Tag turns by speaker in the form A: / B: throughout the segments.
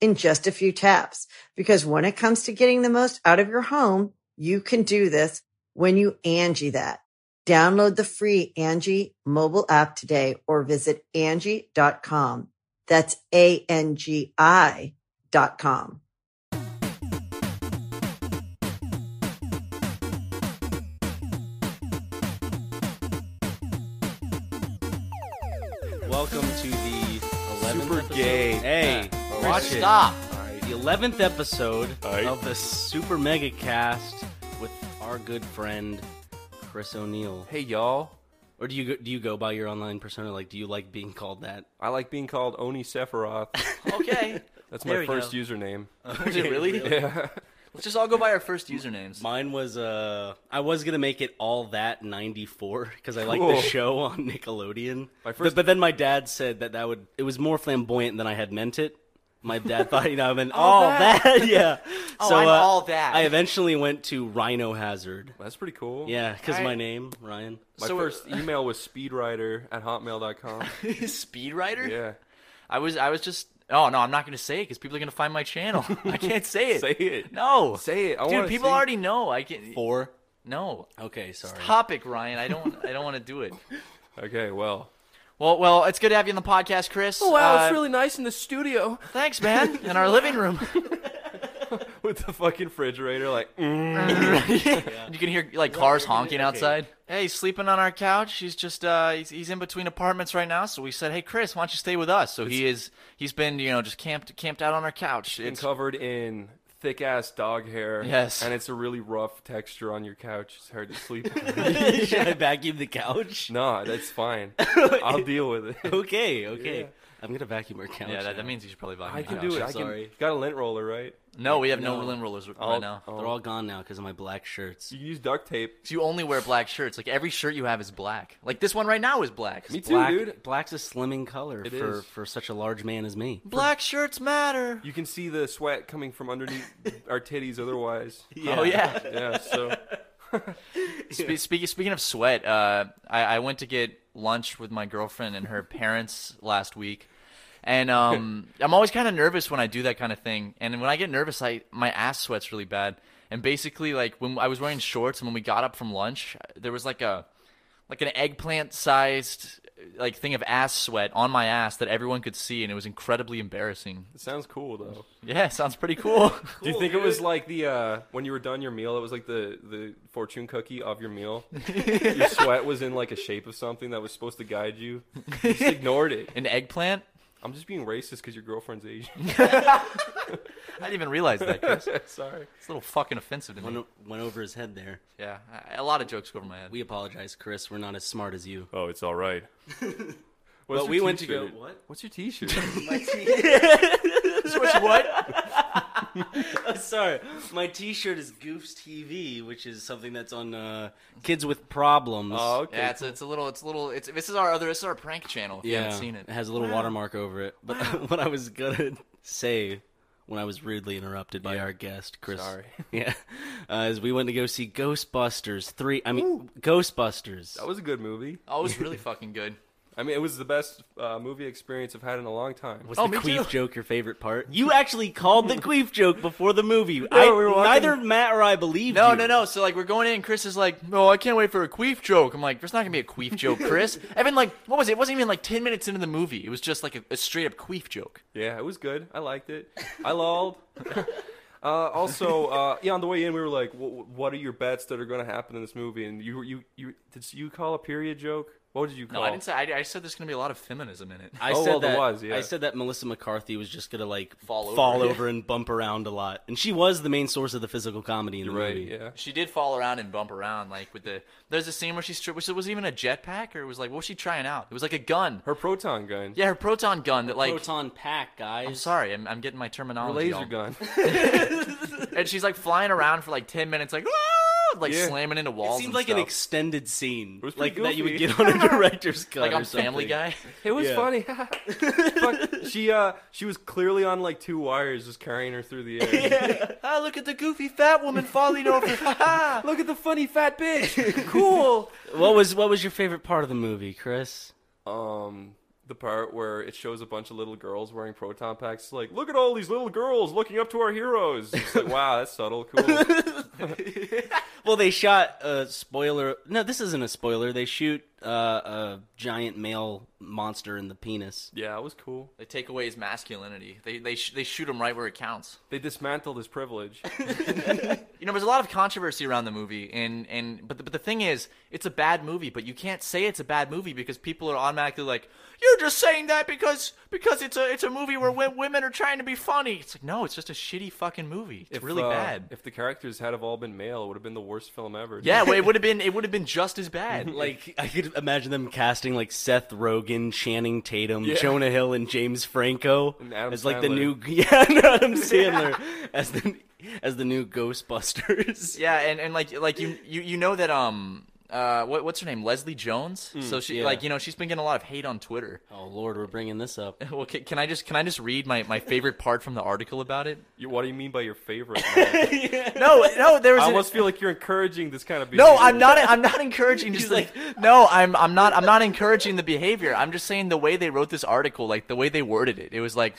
A: in just a few taps. Because when it comes to getting the most out of your home, you can do this when you Angie that. Download the free Angie mobile app today or visit Angie.com. That's A-N-G-I dot com.
B: Welcome to the 11th
C: Super
B: episode.
C: gay.
B: Hey,
C: Yeah.
B: watch
C: Alright.
B: stop.
C: Alright.
B: The 11th episode
C: Alright.
B: of the Super Mega Cast with our good friend Chris O'Neill.
C: Hey y'all,
B: Or do you go, do you go by your online persona? Like, do you like being called that?
C: I like being called Oni Sephiroth.
D: Okay.
C: That's
D: There
C: my
D: we
C: first
D: go.
C: username.
D: Was it really?
C: Yeah.
D: Let's just all go by our first usernames.
B: Mine was uh, I was gonna make it all that '94 because I like
C: Cool.
B: the show on Nickelodeon.
C: My
B: But-
C: first-
B: but, then my dad said that that would it was more flamboyant than I had meant it. My dad thought, you know, I meant all, that,
D: that."
B: yeah. uh,
D: Oh, I'm all that.
B: I eventually went to Rhino Hazard.
C: That's pretty cool.
B: Yeah, because my
D: Alright.
B: name Ryan.
C: My
D: So-
C: first email was speedrider at hotmail.com.
D: Speed Rider?
C: Yeah.
D: I was I was just Oh no, I'm not gonna say it because people are gonna find my channel. I can't say it.
C: Say it.
D: No.
C: Say it. I
D: Dude,
C: wanna
D: people
C: see-
D: already know. I can
B: Four.
D: No.
B: Okay, sorry.
D: Topic, Ryan. I don't I don't wanna do it.
C: Okay, well.
D: Well well, it's good to have you on the podcast, Chris.
C: Oh,
D: Uh,
C: nice in the studio
D: Thanks, man. In our living room.
C: with the fucking refrigerator. Like, mm.
D: You can hear like cars honking outside. Hey, he's sleeping on our couch. He's just uh, he's, he's in between apartments right now. So we said, hey, Chris, why don't you stay with us? So he is he's been you know just camped camped out on our couch.
C: and
D: It's
C: covered in thick ass dog hair.
D: Yes.
C: And it's a really rough texture on your couch. It's hard to sleep.
B: Should I vacuum the couch?
C: nah, that's fine. I'll deal with it.
B: Okay, okay. I'm gonna vacuum our couch.
D: yeah, that,
B: now.
D: that means you should probably buy.
C: I
D: a
C: can
D: couch.
C: do it.
B: I'm
C: I can.
B: sorry.
C: Got a lint roller, right?
D: No, we have no,
B: No.
D: lint rollers right
C: I'll-
D: now.
C: I'll-
B: they're all gone now because of my black shirts.
C: You use duct tape.
D: 'Cause Oh. You only wear black shirts. Like every shirt you have is black. Like this one right now is black.
C: Me too,
B: Black,
C: dude.
B: Black's a slimming color
C: It
B: for,
C: is.
B: for such a large man as me.
D: Black shirts matter.
C: You can see the sweat coming from underneath our titties otherwise.
D: Oh yeah.
C: Yeah, so
D: Spe- speaking speaking of sweat, uh, I, I went to get lunch with my girlfriend and her parents last week, and um, I'm always kind of nervous when I do that kind of thing. And when I get nervous, I my ass sweats really bad. And basically, like when I was wearing shorts, and when we got up from lunch, there was like a like an eggplant sized like thing of ass sweat on my ass that everyone could see, and it was incredibly embarrassing.
C: it sounds cool though.
D: Yeah, sounds pretty cool.
C: Do you think it was like the uh when you were done your meal, it was like the the fortune cookie of your meal? your sweat was in like a shape of something that was supposed to guide you. You just ignored it.
D: An eggplant?
C: I'm just being racist because your girlfriend's Asian.
D: I didn't even realize that. Chris.
C: Sorry.
D: It's a little fucking offensive to me.
B: Went, went over his head there.
D: Yeah, I- a lot of jokes go over my head.
B: We apologize, Chris. We're not as smart as you.
C: Oh, it's all right. What's
B: But
C: your
B: we went to
C: t-shirt?
B: go- what?
C: What's your T-shirt?
D: what?
B: Sorry, my T-shirt is Goofs TV, which is something that's on uh, Kids with Problems.
C: oh, okay.
D: Yeah, it's, it's a little, it's a little, it's this is our other, this is our prank channel. If you haven't seen it,
B: has a little watermark over it. But what I was gonna say when I was rudely interrupted by our guest, Chris.
C: Sorry.
B: Yeah, uh, is we went to go see Ghostbusters three. I mean, Ghostbusters.
C: that was a good movie.
D: oh, it was really fucking good.
C: I mean, it was the best uh, movie experience I've had in a long time.
B: Was
D: Oh,
B: the
D: me
B: queef
D: too.
B: joke your favorite part? You actually called the queef joke before the movie. I,
C: Yeah, we were watching-
B: neither Matt or I believed
D: No,
B: you.
D: no, no. So like, we're going in, and Chris is like, "No, I can't wait for a queef joke." I'm like, "There's not gonna be a queef joke, Chris." Evan, like, what was it? It wasn't even like ten minutes into the movie. It was just like a, a straight up queef joke.
C: Yeah, it was good. I liked it. I lolled. Uh, also, uh, yeah, on the way in, we were like, "Wh- "What are your bets that are going to happen in this movie?" And you, you, you, did you call a period joke? What did you
D: No,
C: call?
D: I didn't say. I, I said there's gonna be a lot of feminism in it.
B: I
C: Oh,
B: said
C: well, there
B: that,
C: was, yeah.
B: I said that Melissa McCarthy was just gonna like
D: Fall over.
B: fall over and bump around a lot, and she was the main source of the physical comedy in the
C: right.
B: movie.
C: Yeah.
D: She did fall around and bump around, like with the. There's a scene where she stri- which was even a jetpack, or it was like what was she trying out? It was like a gun.
C: Her proton gun.
D: yeah, her proton gun that like.
B: Proton pack, guys.
D: I'm sorry, I'm, I'm getting my
C: Her
D: terminology.
C: laser
D: all-
C: gun.
D: And she's like flying around for like ten minutes, like "Ah!" like
C: Yeah.
D: slamming into
B: It
D: walls.
B: seemed
D: and
B: like an
D: stuff.
B: extended scene,
C: was
B: like
C: pretty
B: that you would
C: goofy.
B: get on a director's cut.
D: like
B: or
D: on
B: something.
D: Family Guy.
C: It was
B: Yeah.
C: funny. Fuck, she uh she was clearly on like two wires, just carrying her through the air.
D: Ah, look at the goofy fat woman falling over. Ha, ha.
C: Look at the funny fat bitch. cool.
B: What was what was your favorite part of the movie, Chris?
C: Um, the part where it shows a bunch of little girls wearing proton packs, like, look at all these little girls looking up to our heroes. It's like, wow, that's subtle, cool.
B: Well, they shot a spoiler. No, this isn't a spoiler. They shoot uh, a giant male monster in the penis.
C: yeah, it was cool.
D: they take away his masculinity. They they sh- they shoot him right where it counts.
C: They dismantled his privilege.
D: You know, there's a lot of controversy around the movie, and and but the, but the thing is, it's a bad movie. But you can't say it's a bad movie because people are automatically like, you're just saying that because because it's a it's a movie where wo- women are trying to be funny. It's like no, it's just a shitty fucking movie. It's really
C: uh,
D: bad.
C: If the characters had have all been male, it would have been the worst film ever.
D: yeah, well, it would have been it would have been just as bad.
B: Like I could imagine them casting like Seth Rogen, Channing Tatum, Jonah Hill, and James Franco
C: And Adam
B: as like the
C: Sandler.
B: new yeah and Adam Sandler as the as the new Ghostbusters.
D: Yeah, and, and like like you, you you know that um uh what, what's her name Leslie Jones. so she
B: yeah.
D: like you know she's been getting a lot of hate on Twitter.
B: Oh Lord, we're bringing this up.
D: Well, can, can I just can I just read my, my favorite part from the article about it?
C: You- what do you mean by your favorite? Matt?
D: No, no, there was
C: I
D: an-
C: almost feel like you're encouraging this kind of behavior.
D: no. I'm not I'm not encouraging. Just like no, I'm I'm not I'm not encouraging the behavior. I'm just saying the way they wrote this article, like the way they worded it, it was like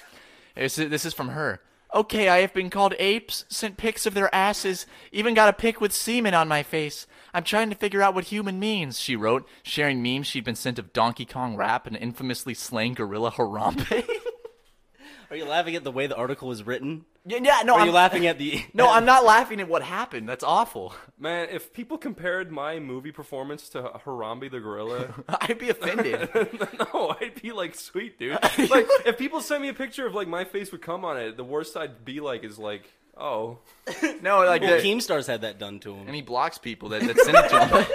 D: this is, this is from her. Okay, I have been called apes, sent pics of their asses, even got a pic with semen on my face. I'm trying to figure out what human means, she wrote, sharing memes she'd been sent of Donkey Kong rap and infamously slaying gorilla Harambe.
B: Are you laughing at the way the article was written?
D: yeah, yeah, no,
B: Are
D: I'm
B: you laughing at the
D: No, I'm not laughing at what happened. That's awful.
C: Man, if people compared my movie performance to Harambe the Gorilla,
D: I'd be offended.
C: no, I'd be like, sweet dude. Like, if people sent me a picture of like my face would come on it, the worst I'd be like is like, oh,
D: No, like
B: Well,
D: the-
B: Keemstar's had that done to him.
D: and he blocks people that, that send it to him.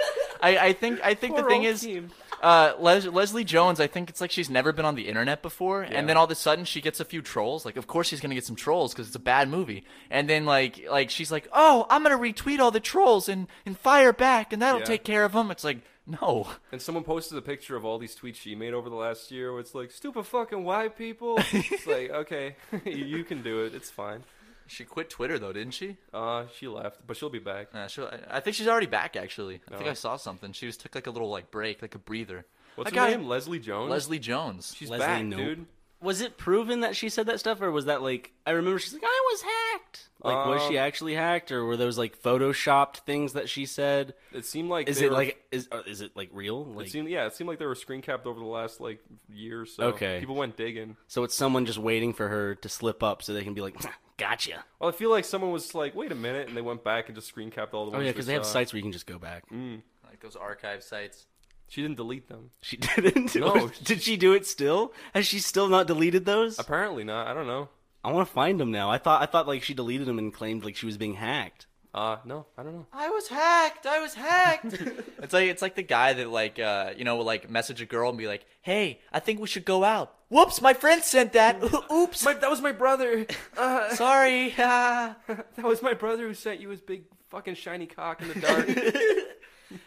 D: I, I think I think the
C: Poor
D: thing
C: old
D: is,
C: team.
D: uh, Les- Leslie Jones. I think it's like she's never been on the internet before, and then all of a sudden she gets a few trolls. Like, of course she's gonna get some trolls because it's a bad movie. And then like like she's like, oh, I'm gonna retweet all the trolls and and fire back, and that'll
C: Yeah.
D: take care of them. It's like no,
C: And someone posted a picture of all these tweets she made over the last year. Where it's like, stupid fucking white people. it's like, okay, you can do it. It's fine.
D: she quit Twitter though, didn't she?
C: Uh, she left, but she'll be back.
D: Uh, she, I- I think she's already back actually. I think
C: No.
D: I saw something. She just took like a little like break, like a breather.
C: Oh. What's
D: That
C: her
D: guy-
C: name? Leslie Jones.
D: Leslie Jones.
C: She's
B: Leslie
C: back,
B: Knope.
C: dude.
B: Was it proven that she said that stuff, or was that like I remember she's like I was hacked. Like was she
C: Um,
B: actually hacked, or were those like photoshopped things that she said?
C: It seemed like
B: Is
C: they
B: it
C: were-
B: like is uh, is it like real? Like
C: It seemed, yeah, it seemed like they were screen capped over the last like year or so.
B: Okay.
C: people went digging.
B: so it's someone just waiting for her to slip up so they can be like, gotcha.
C: Well, I feel like someone was like, "Wait a minute," and they went back and just screen capped all the.
B: Oh yeah,
C: because
B: because they have sites where you can just go back.
D: like those archive sites.
C: She didn't delete them.
B: She didn't.
C: No,
B: Or did she do it still? Has she still not deleted those?
C: Apparently not. I don't know.
B: I want to find them now. I thought I thought like she deleted them and claimed like she was being hacked.
C: Uh no, I don't know.
D: I was hacked. I was hacked. it's like it's like the guy that like uh you know will like message a girl and be like, "Hey, I think we should go out." Whoops, my friend sent that. Oops,
C: that was my brother. Uh,
D: sorry. Ah.
C: that was my brother who sent you his big fucking shiny cock in the dark.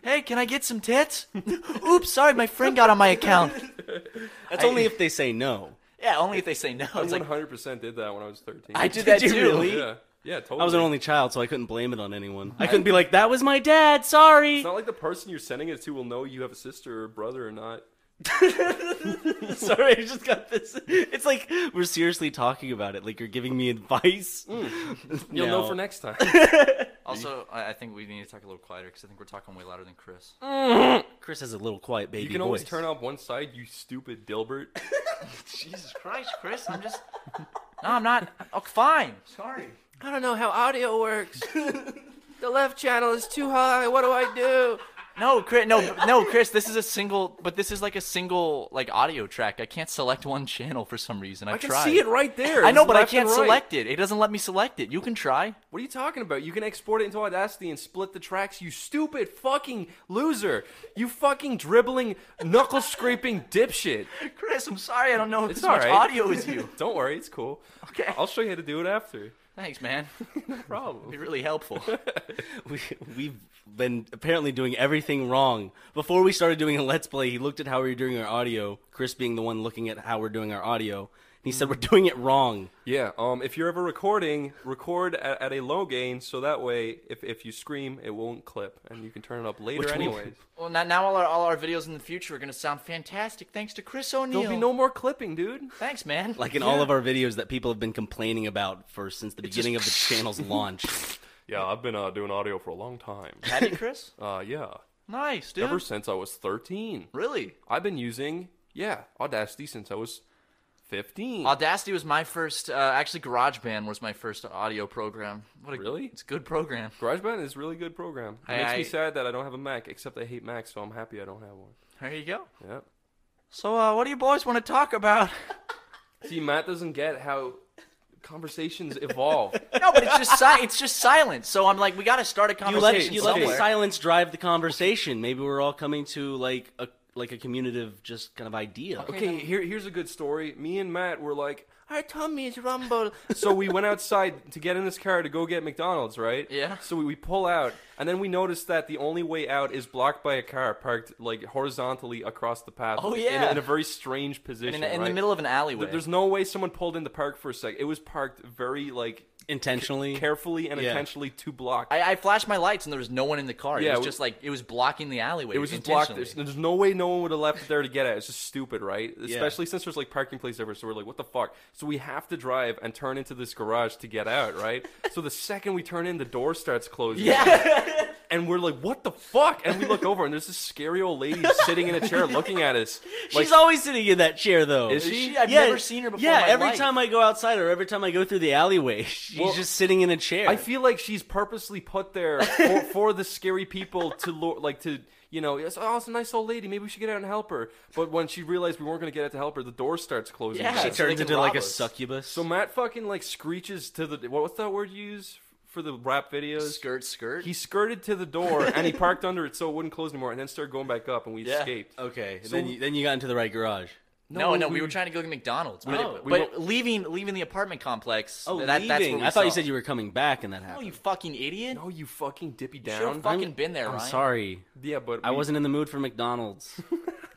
D: hey, can I get some tits? Oops, sorry, my friend got on my account.
B: That's only if they say no.
D: Yeah, only if they say no. It's
C: One
D: like
C: hundred percent did that when I was thirteen.
D: I did that
B: Did you
D: too.
B: really?
C: Yeah, yeah, totally.
B: I was an only child, so I couldn't blame it on anyone. I couldn't be like, "That was my dad." Sorry.
C: It's not like the person you're sending it to will know you have a sister or brother or not.
B: Sorry, I just got this. It's like we're seriously talking about it. Like you're giving me advice.
C: Hmm. You'll
B: No.
C: know for next time.
D: Also, I I think we need to talk a little quieter because I think we're talking way louder than Chris.
B: Chris has a little quiet baby
C: you can always
B: voice.
C: turn off one side, you stupid Dilbert.
D: Jesus Christ, Chris! I'm just. No, I'm not. Oh, fine. Sorry.
E: I don't know how audio works. the left channel is too high. What do I do?
D: No, Chris, no, no, Chris. This is a single, but this is like a single like audio track. I can't select one channel for some reason. I've
C: I can
D: tried.
C: see it right there.
D: I know,
C: It's
D: but I
C: left and
D: can't
C: right.
D: select it. It doesn't let me select it. You can try.
C: What are you talking about? You can export it into Audacity and split the tracks, you stupid fucking loser. You fucking dribbling, knuckle scraping dipshit.
D: Chris, I'm sorry. I don't know if
C: It's
D: this much
C: alright.
D: audio is you.
C: Don't worry, it's cool.
D: Okay.
C: I'll show you how to do it after.
D: Thanks, man.
C: No problem.
D: Be really helpful.
B: we, we've been apparently doing everything wrong. Before we started doing a let's play, he looked at how we were doing our audio. Chris being the one looking at how we're doing our audio, and he said
C: Hmm.
B: we're doing it wrong.
C: Yeah, um, if you're ever recording, record at, at a low gain so that way if, if you scream, it won't clip and you can turn it up later
B: Which we-
C: anyways.
D: well, now, now all our all our videos in the future are gonna sound fantastic thanks to Chris O'Neill.
C: There'll be no more clipping, dude.
D: Thanks, man.
B: Like in all of our videos that people have been complaining about for since the beginning of the channel's launch.
C: Yeah, I've been uh, doing audio for a long time.
D: Have you, Chris?
C: Uh, yeah,
D: nice, dude.
C: ever since I was 13.
D: Really?
C: I've been using, yeah, Audacity since I was 15.
D: Audacity was my first. Uh, actually, GarageBand was my first audio program. What a,
C: Really?
D: It's a good program.
C: GarageBand is a really good program. It
D: I-
C: makes
D: I-
C: me sad that I don't have a Mac, except I hate Macs, so I'm happy I don't have one.
D: There you go.
C: Yeah.
D: So, uh, what do you boys want to talk about?
C: See, Matt doesn't get how conversations evolve.
D: no, but it's just si- it's just silence. So I'm like, we got to start a
B: You let
D: conversation
B: you let
D: somewhere.
B: the silence drive the conversation. Maybe we're all coming to like a like a communitive just kind of idea.
C: Okay, here, here's a good story. Me and Matt were like, our tummies rumble. so we went outside to get in this car to go get McDonald's, right?
D: Yeah.
C: So we, we pull out, and then we notice that the only way out is blocked by a car parked like horizontally across the path.
D: Oh,
C: in-
D: yeah.
C: In, a very strange position.
D: in, in the
C: right?
D: middle of an alleyway.
C: Th- There's no way someone pulled in the park for a sec. It was parked very like
B: Intentionally,
C: carefully and
B: Yeah.
C: intentionally to block.
D: I, I flashed my lights and there was no one in the car.
C: Yeah,
D: it
C: it
D: was
C: was-
D: just like it was blocking the alleyway.
C: it was just blocked. There's,
D: intentionally.
C: there's no way no one would have left it there to get at. It's just stupid, right? Especially since there's like parking place everywhere. So we're like, what the fuck? So we have to drive and turn into this garage to get out, right? so the second we turn in, the door starts closing.
D: Yeah,
C: And we're like, what the fuck? And we look over and there's this scary old lady sitting in a chair looking at us. Like,
B: she's always sitting in that chair though.
C: Is she?
D: She- I've
B: Yeah,
D: never seen her before.
B: Yeah,
D: in my
B: every
D: life.
B: time I go outside or every time I go through the alleyway, she's
C: Well,
B: just sitting in a chair.
C: I feel like she's purposely put there for, for the scary people to lure, like to you know. It's, oh, it's a nice old lady. Maybe we should get out and help her. But when she realized we weren't going to get out to help her, the door starts closing.
D: Yeah,
B: she
C: again.
D: so they
B: turns
D: can
B: into like
D: rob
B: a
D: us.
B: succubus.
C: So Matt fucking like screeches to the what, what's that word you use for the rap videos?
D: skirt, skirt.
C: He skirted to the door and he parked under it so it wouldn't close anymore, and then started going back up, and we
D: Yeah.
C: escaped.
B: okay, and then you, then you got into the right garage.
D: no, no, we, were trying to go to McDonald's. but-
C: Oh. we
D: but
C: were-
D: leaving leaving the apartment complex.
B: Oh,
D: that,
B: leaving.
D: That's where we
B: I thought you
D: saw-
B: said you were coming back, and that
D: No,
B: happened.
D: you fucking idiot.
C: No, you fucking dippy
D: should
C: down.
D: have fucking been there,
B: I'm
D: Ryan.
B: sorry.
C: yeah, but
B: I
C: we-
B: wasn't in the mood for McDonald's.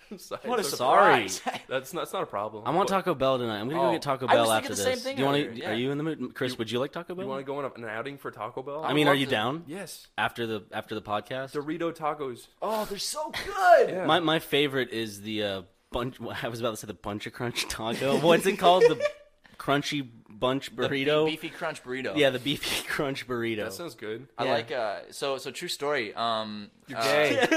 C: I'm sorry.
D: What a
C: It's okay.
B: Sorry.
D: surprise.
C: That's not. That's not a problem.
B: I want
C: But
B: Taco Bell tonight. I'm gonna
D: Oh.
B: go get Taco
D: I was
B: Bell
D: thinking
B: after
D: the
B: this.
D: same thing
B: Do you wanna-
D: earlier, yeah.
B: Are you in the mood, Chris? would you like Taco Bell?
C: You want to go on an outing for Taco Bell?
B: I mean, are
D: love
B: you
D: to.
B: down?
C: yes.
B: After the after the podcast,
C: Dorito tacos.
D: oh, they're so good.
C: Yeah.
B: my my favorite is the uh, bunch. well, I was about to say the bunch of crunch taco. What's it called? The crunchy bunch
D: The
B: burrito.
D: beef- beefy crunch burrito.
B: yeah, the beefy crunch burrito.
C: that sounds good. Uh,
D: I
B: Yeah.
D: like uh so so true story. Um You're
C: gay.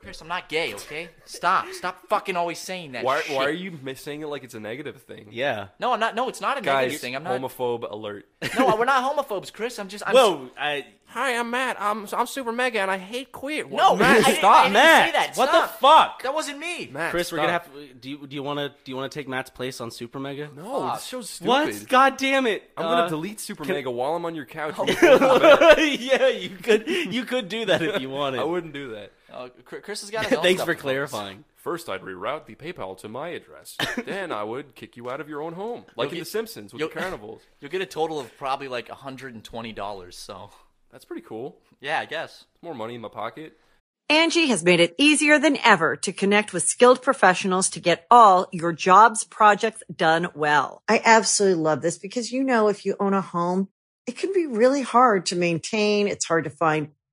D: Chris, I'm not gay, okay? Stop. Stop fucking always saying that.
C: Why,
D: shit.
C: why are you mis- saying it like it's a negative thing?
B: yeah.
D: No, I'm not no, it's not a
C: Guys,
D: negative thing. I'm not
C: homophobe alert.
D: No, we're not homophobes, Chris. I'm just I'm
B: Whoa! I
C: Hi, I'm Matt. I'm I'm super mega, and I hate queer.
D: No, I didn't- I
B: stop,
D: didn't
B: Matt.
D: say that.
B: What the
D: Stop.
B: fuck?
D: That wasn't me.
C: Matt,
B: Chris, we're
C: stop.
B: gonna have. To, do you do you want to do you want to take Matt's place on Super Mega?
C: No,
D: Fuck.
C: this show's stupid.
B: What? God damn it!
C: I'm
B: Uh,
C: gonna delete Super
B: can- Oh,
C: Mega while I'm on your couch.
B: yeah, you could you could do that if you wanted.
C: I wouldn't do that.
D: Uh, Chr- Chris has got his own
B: Thanks
D: stuff
B: for
D: to focus.
B: clarifying.
C: First, I'd reroute the PayPal to my address. then I would kick you out of your own home, like in
D: get-
C: The Simpsons with
D: you'll-
C: the carnivals.
D: You'll get a total of probably like $120, so
C: That's pretty cool.
D: yeah, I guess.
C: It's more money in my pocket.
A: Angie has made it easier than ever to connect with skilled professionals to get all your jobs projects done well. I absolutely love this because, you know, if you own a home, it can be really hard to maintain. It's hard to find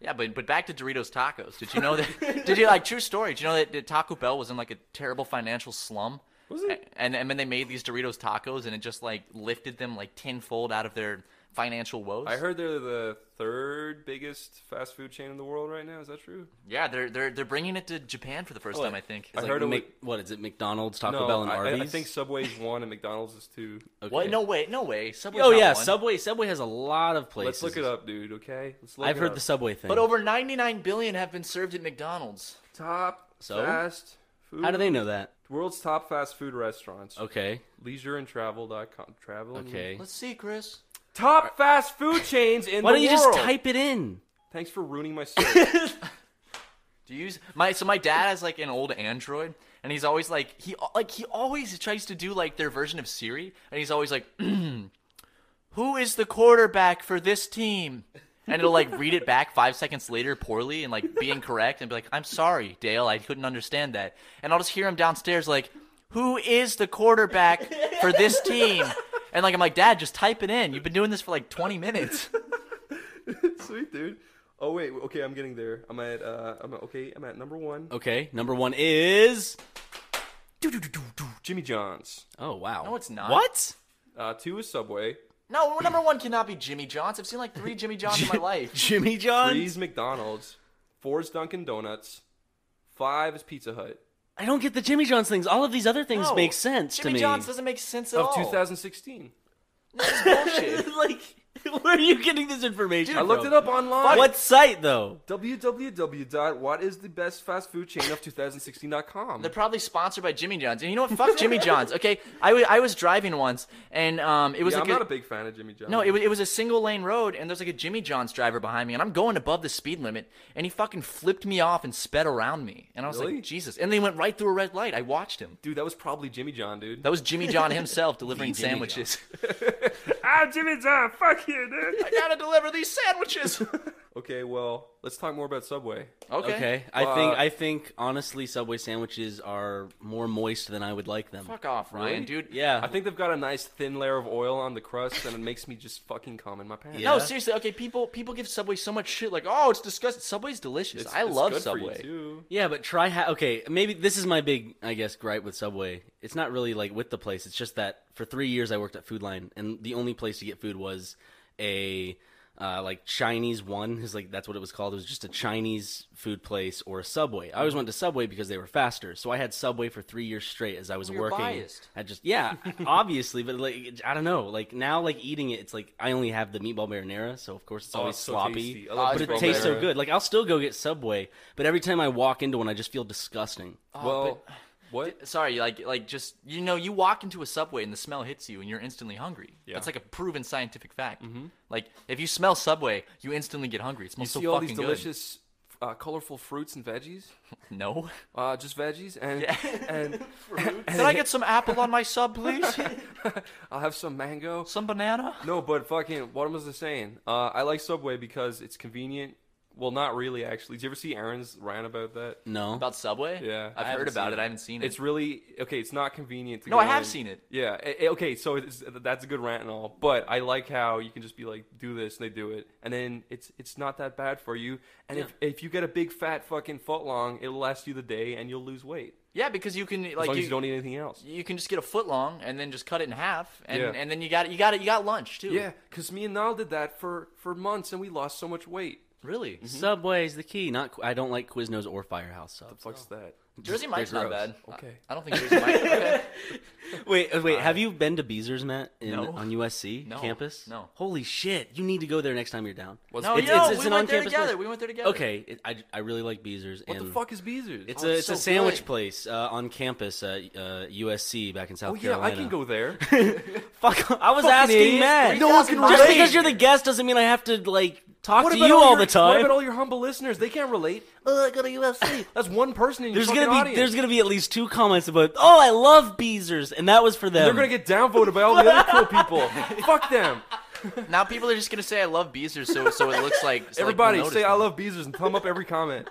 D: Yeah, but but back to Doritos Tacos. Did you know that? did you like true story? Did you know that, that Taco Bell was in like a terrible financial slum? Was it? And and then they made these Doritos Tacos, and it just like lifted them like tenfold out of their financial woes.
C: I heard they're the third biggest fast food chain in the world right now. Is that true?
D: Yeah, they're they're they're bringing it to Japan for the first
B: Oh,
D: time,
B: yeah.
D: I think.
B: It's
C: I
B: like
C: heard it
B: Mc- what is it? McDonald's, Taco
C: no,
B: Bell, and
C: I- I-
B: Arby's.
C: I, think Subway's one and McDonald's is two.
D: What? No way! No way! Subway's
B: Oh
D: not
B: yeah,
D: one.
B: Subway. Subway has a lot of places.
C: Let's look it up, dude. Okay, Let's look
B: I've
C: it
B: heard
C: up.
B: the Subway thing.
D: But over 99 billion have been served at McDonald's.
C: top
B: So?
C: fast food.
B: how do they know that?
C: World's top fast food restaurants.
B: Okay,
C: Leisureandtravel.com. Travel. and-
B: okay.
D: Let's see, Chris.
C: Top fast food chains in
B: Why
C: the
B: don't you
C: world.
B: just type it in?
C: Thanks for ruining my search.
D: Do you use my? So my dad has like an old Android, and he's always like he like he always tries to do like their version of Siri, and he's always like, "Who is the quarterback for this team?" And it'll like read it back five seconds later poorly and like be incorrect and be like, "I'm sorry, Dale, I couldn't understand that." And I'll just hear him downstairs like, "Who is the quarterback for this team?" And like I'm like, "Dad, just type it in. You've been doing this for like 20 minutes."
C: Sweet dude. Oh wait, okay, I'm getting there. I'm at uh, I'm at, okay, I'm at number one.
B: Okay, number one is.
C: Jimmy John's.
B: Oh wow.
D: No, it's not.
B: What?
C: Uh, two is Subway.
D: No, number one cannot be Jimmy Johns. I've seen like three Jimmy Johns in my life.
B: Jimmy John's.
C: Three's McDonald's. Four's Dunkin' Donuts. Five is Pizza Hut.
B: I don't get the Jimmy John's things. All of these other things
D: No,
B: make sense
D: Jimmy
B: to me.
D: John's doesn't make sense at
C: Of
D: all.
C: 2016.
D: bullshit.
B: like, where are you getting this information?
C: I looked
B: from?
C: it up online.
B: What site though?
C: www.whatisthebestfastfoodchainof2016.com.
D: They're probably sponsored by Jimmy John's. And you know what? Fuck Jimmy John's. Okay, I wa- I was driving once, and um, it was
C: Yeah,
D: like
C: I'm
D: a,
C: not a big fan of Jimmy John's.
D: no, it was, it was a single lane road, and there's like a Jimmy John's driver behind me, and I'm going above the speed limit, and he fucking flipped me off and sped around me, and I was
C: Really?
D: like, Jesus! And then he went right through a red light. I watched him.
C: Dude, that was probably Jimmy John, dude.
D: That was Jimmy John himself delivering
B: Jimmy
D: sandwiches.
C: ah, Jimmy John, fuck you, dude.
D: I gotta deliver these sandwiches.
C: okay, well, let's talk more about Subway.
D: Okay.
B: Okay, I think
C: Uh,
B: I think honestly, Subway sandwiches are more moist than I would like them.
D: Fuck off, Ryan, dude.
B: Yeah,
C: I think they've got a nice thin layer of oil on the crust, and it makes me just fucking cum in my pants.
D: No,
B: Yeah.
D: seriously. Okay, people people give Subway so much shit. Like, oh, it's disgusting. Subway's delicious.
C: It's-
D: I
C: it's
D: love
C: good for you,
D: Subway.
C: too.
B: yeah, but try ha- okay. Maybe this is my big, I guess, gripe with Subway. It's not really like with the place. It's just that for three years I worked at Food Line, and the only place to get food was a uh, like Chinese one. Is like that's what it was called. It was just a Chinese food place or a Subway. I always went to Subway because they were faster. So I had Subway for three years straight as I was
D: You're
B: working.
D: biased.
B: I just yeah, obviously, but like it- I don't know. Like now, like eating it, it's like I only have the meatball marinara, so of course it's always
C: it's so
B: sloppy.
C: tasty. I love
B: but it
D: meatball
B: tastes so
C: marinara.
B: good. Like I'll still go get Subway, but every time I walk into one, I just feel disgusting.
C: well, what?
D: Sorry, like like just you know, you walk into a Subway and the smell hits you and you're instantly hungry.
C: Yeah. Mm-hmm.
D: That's like a proven scientific fact. Like if you smell Subway, you instantly get hungry. It
C: You
D: smells
C: see
D: so
C: all
D: fucking
C: these
D: good.
C: delicious, uh, colorful fruits and veggies?
D: No.
C: Uh, just veggies and and
D: Can I get some apple on my sub, please?
C: I'll have some mango.
D: some banana?
C: No, but fucking, what was I saying? Uh, I like Subway because it's convenient. Well, not really, actually. Did you ever see Aaron's rant about that?
B: No,
D: About Subway?
C: Yeah, I
D: Mm. I've heard
C: haven't
D: about
C: seen
D: it. I haven't seen it.
C: It's really okay. It's not convenient. To
D: No,
C: go
D: I have
C: in.
D: seen it.
C: Yeah. eh, eh, Okay. So it's, that's a good rant and all, but I like how you can just be like, do this, and they do it, and then it's it's not that bad for you. And if if you get a big fat fucking foot long, it'll last you the day, and you'll lose weight
D: yeah, because you can
C: as
D: like
C: long
D: you,
C: as you don't eat anything else.
D: you can just get a foot long and then just cut it in half and,
C: Yeah.
D: and then you got it you got it you got lunch too.
C: Yeah, because me and Niall did that for for months, and we lost so much weight.
D: Really?
B: Subway's the key. Not Qu- I don't like Quiznos or Firehouse subs.
C: Fuck's that?
D: Jersey Mike's
B: They're
D: not
B: gross.
D: bad.
C: Okay.
D: I, I don't think Jersey Mike. Okay.
B: Wait, uh, wait. Have you been to Beezer's, Matt, in,
D: No.
B: on USC
D: No.
B: campus?
D: No.
B: Holy shit! You need to go there next time you're down.
C: What's
D: No,
C: It's-
D: no,
B: it's- it's
D: we
B: an
D: went there
B: on-campus
D: together.
B: place.
D: We went there together.
B: Okay, it, I, I really like Beezer's.
C: What
B: and
C: the fuck is Beezer's?
B: It's
D: Oh,
B: a
D: it's
B: it's a
D: so
B: sandwich
D: good.
B: place uh, on campus at uh, USC back in South
C: oh yeah,
B: Carolina.
C: I can go there.
B: Fuck, I was
D: Fucking
B: asking
D: idiots.
B: Matt.
D: No one can
B: Just
D: relate.
B: because you're the guest doesn't mean I have to like talk
C: What
B: to
C: about
B: you all,
C: your-
B: the time.
C: What about all your humble listeners? They can't relate. Oh, I go to UFC. That's one person in your
B: there's
C: fucking
B: gonna be
C: audience.
B: there's gonna be at least two comments about oh I love Beezers and that was for them.
C: They're gonna get downvoted by all the other cool people. Fuck them.
D: Now people are just gonna say I love Beezer, so so it looks like so like
C: Everybody,
D: we noticed
C: say I
D: them.
C: love Beezers and thumb up every comment.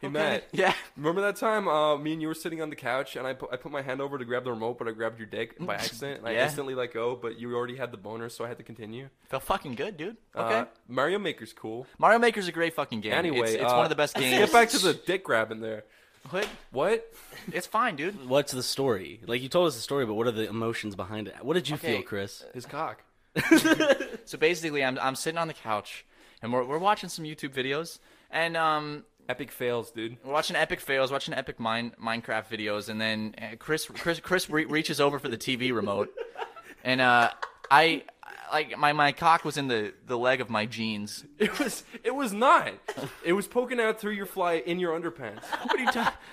C: hey Matt,
D: Yeah.
C: remember that time uh, me and you were sitting on the couch and I put, I put my hand over to grab the remote, but I grabbed your dick by accident and I
D: Yeah.
C: instantly let go, but you already had the boner, so I had to continue.
D: Felt fucking good, dude. Okay.
C: Uh, Mario Maker's cool.
D: Mario Maker's a great fucking game.
C: Anyway,
D: it's, it's
C: uh,
D: one of the best games.
C: Get back to the dick grabbing there.
D: What?
C: What?
D: It's fine, dude.
B: What's the story? Like you told us the story, but what are the emotions behind it? What did you
D: Okay.
B: feel, Chris?
C: His cock.
D: So basically, I'm I'm sitting on the couch and we're we're watching some YouTube videos and um
C: Epic fails, dude.
D: We're watching epic fails, watching epic mine, Minecraft videos, and then uh, Chris Chris Chris re- reaches over for the TV remote, and uh, I I- like my, my cock was in the, the leg of my jeans.
C: It was it was not. It was poking out through your fly in your underpants.
D: What are you talking?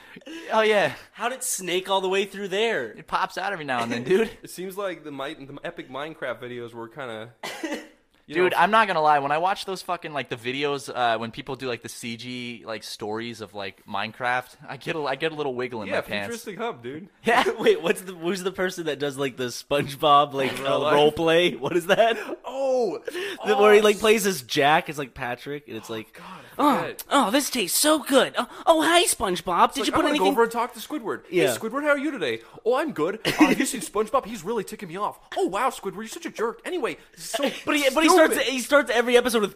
D: Oh yeah,
B: How did Snake all the way through there?
D: it pops out every now and then, dude.
C: It seems like the mi- the epic Minecraft videos were kind of.
D: Dude, I'm not gonna lie. When I watch those fucking like the videos uh, when people do like the CG like stories of like Minecraft, I get a, I get a little wiggle in
C: yeah,
D: my pants.
C: futuristic hub, dude.
B: Yeah. Wait, what's the who's the person that does like the SpongeBob like
C: Real
B: uh,
C: life.
B: role play? What is that?
D: Oh,
B: The- Where he like plays as Jack, it's like Patrick, and it's like, oh,
C: forget.
B: oh, this tastes so good. Oh, oh hi SpongeBob, did
C: Like,
B: you
C: I
B: put
C: wanna
B: anything?
C: Go over and talk to Squidward.
B: Yeah.
C: Hey, Squidward, how are you today? Oh, I'm good. Uh, have you seen SpongeBob? He's really ticking me off. Oh wow, Squidward, you're such a jerk. Anyway, so
B: But he, but he
C: stupid.
B: starts he starts every episode with,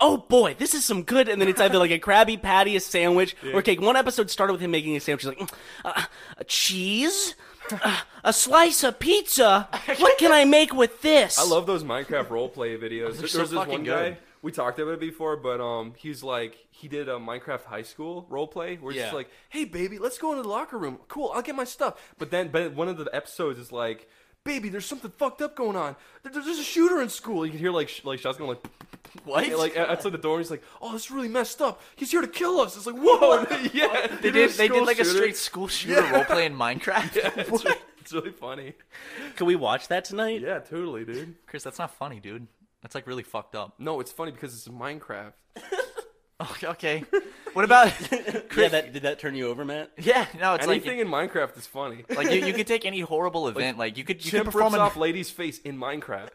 B: oh boy, this is some good, and then it's either like a Krabby Patty, a sandwich, or cake. One episode started with him making a sandwich. He's like, "Mm, uh, a cheese, uh, a slice of pizza. What can I make with this?
C: I love those Minecraft roleplay videos. There was
D: so
C: this one
D: fucking
C: guy
D: good.
C: we talked about it before, but um, he's like he did a Minecraft high school roleplay where he's just
B: Yeah.
C: like, "Hey, baby, let's go into the locker room. Cool, I'll get my stuff." But then, but one of the episodes is like. Baby, there's something fucked up going on. There- There's a shooter in school. You can hear like sh- like shots going like
D: what?
C: like outside the door. And he's like, "Oh, this is really messed up. He's here to kill us." It's like, whoa, yeah.
D: Oh, they
C: There's
D: did they
C: school
D: did like a
C: shooter.
D: straight school shooter role play in Minecraft.
C: It's, re- it's really funny.
B: Can we watch that tonight?
C: Yeah, totally, dude.
D: Chris, that's not funny, dude. That's like really fucked up.
C: No, it's funny because it's Minecraft.
D: Okay. okay. What about?
B: Yeah, that did that turn you over, Matt?
D: yeah. No, it's
C: Anything in Minecraft is funny.
D: like like you, you could take any horrible event. Like, you could you
C: Chip
D: could perform
C: rips
D: an-
C: off lady's face in Minecraft.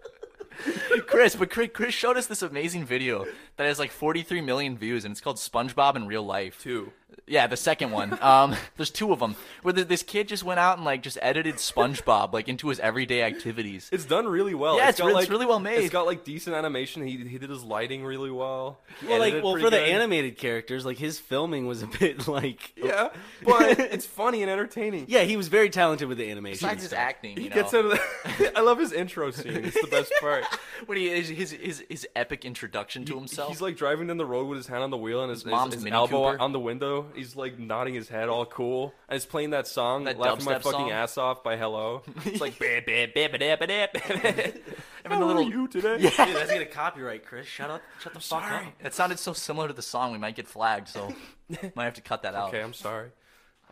D: Chris, but Chris, Chris showed us this amazing video that has like 43 million views, and it's called SpongeBob in Real Life.
C: Two.
D: Yeah, the second one. Um, there's two of them where th- this kid just went out and like just edited SpongeBob like into his everyday activities.
C: It's done really well.
D: Yeah, it's
C: got,
D: re- it's
C: like,
D: really well made.
C: It's got like decent animation. He, he did his lighting really well. He
B: Well, like,
C: edited
B: well,
C: pretty
B: for the
C: good.
B: animated characters, like his filming was a bit like,
C: Yeah,
D: oh.
C: but it's funny and entertaining.
B: yeah, he was very talented with the animation.
D: Besides his acting, you
C: He
D: know,
C: gets out of the. I love his intro scene. It's the best part.
D: when he his, his his his epic introduction to himself.
C: He's like driving down the road with his hand on the wheel and his, his,
D: mom's
C: his
D: Mini
C: elbow
D: Cooper.
C: on the window. He's like nodding his head, all cool, and he's playing that song,
D: That
C: "Laughing My
D: dubstep
C: Fucking
D: song.
C: Ass Off" by Hello. It's like, "Bam, bam, bam, bam, bam, bam, bam."
D: the
C: How are
D: little-
C: you today?
B: Dude, that's gonna copyright, Chris. Shut up. Shut the fuck up.
D: That sounded so similar to the song, we might get flagged, so might have to cut that out.
C: Okay, I'm sorry.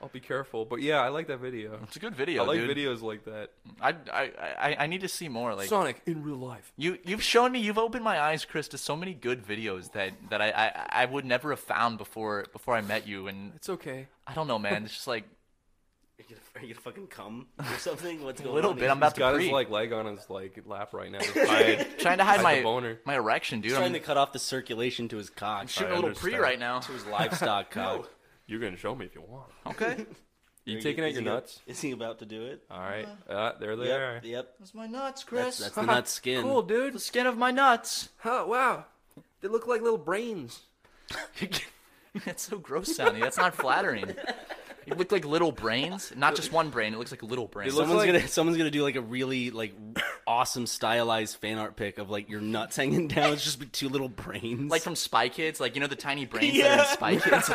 C: I'll be careful, but yeah, I like that video.
D: It's a good video,
C: I like
D: dude.
C: videos like that.
D: I, I I I need to see more. Like
C: Sonic in real life.
D: you you've shown me, you've opened my eyes, Chris, to so many good videos that that I I, I would never have found before before I met you. And
C: It's okay.
D: I don't know, man. It's just like
B: Are you, gonna, are you gonna fucking cum or something? What's going
D: a little
B: on
D: bit.
B: here?
D: I'm about
C: He's
D: to
C: got his
D: pre.
C: like leg on his like lap right now. He's tired.
D: trying to hide
C: like the
D: my
C: boner.
D: my erection, dude.
B: He's
D: I'm
B: trying to cut off the circulation to his cock.
D: shooting
C: I
D: a little pre
C: understand.
D: right now.
B: to his livestock cock.
C: you can show me if you want.
D: Okay,
C: You
B: Is
C: taking
B: he-
C: out
B: is
C: your
B: he-
C: nuts?
B: Is he about to do it?
C: All right. Uh, there they are.
B: Yep. Yep.
D: that's my nuts,
B: That's,
D: Chris.
B: that's the nut skin.
C: Cool, dude.
D: the skin of my nuts.
C: Oh wow, they look like little brains.
D: That's so gross sounding. That's not flattering. You look like little brains, not just one brain. It looks like little brains.
C: look-
B: Someone's
C: like-
B: gonna someone's gonna do like a really like awesome stylized fan art pic of like your nuts hanging down. It's just be two little brains.
D: like from Spy Kids, like you know the tiny brains that are in Spy Kids.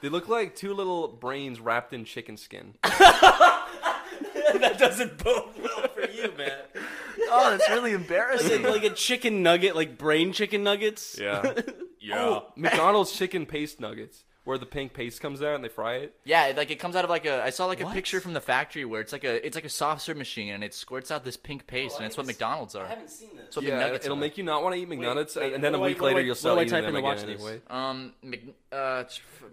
C: They look like two little brains wrapped in chicken skin.
B: that doesn't bode well for you, man.
D: Oh, that's really
B: Like
D: embarrassing.
B: a, like a chicken nugget, like brain chicken nuggets.
C: Yeah.
B: yeah.
C: McDonald's chicken paste nuggets, where the pink paste comes out and they fry it.
D: yeah, it- like it comes out of like a. I saw like
B: What?
D: a picture from the factory where it's like a it's like a soft serve machine and it squirts out this pink paste and that's what McDonald's are.
B: seen
D: That's
B: this.
D: what
C: Yeah,
D: McNuggets
C: it'll
D: are.
C: make you not want to eat McNuggets,
B: wait,
C: and then a
B: what do I-
C: week
B: what do
C: later
B: I-
C: you'll
B: what do I
C: start eating
B: type
C: them
B: in to watch
C: again
B: these?
C: anyway.
D: um Mc, uh t- f-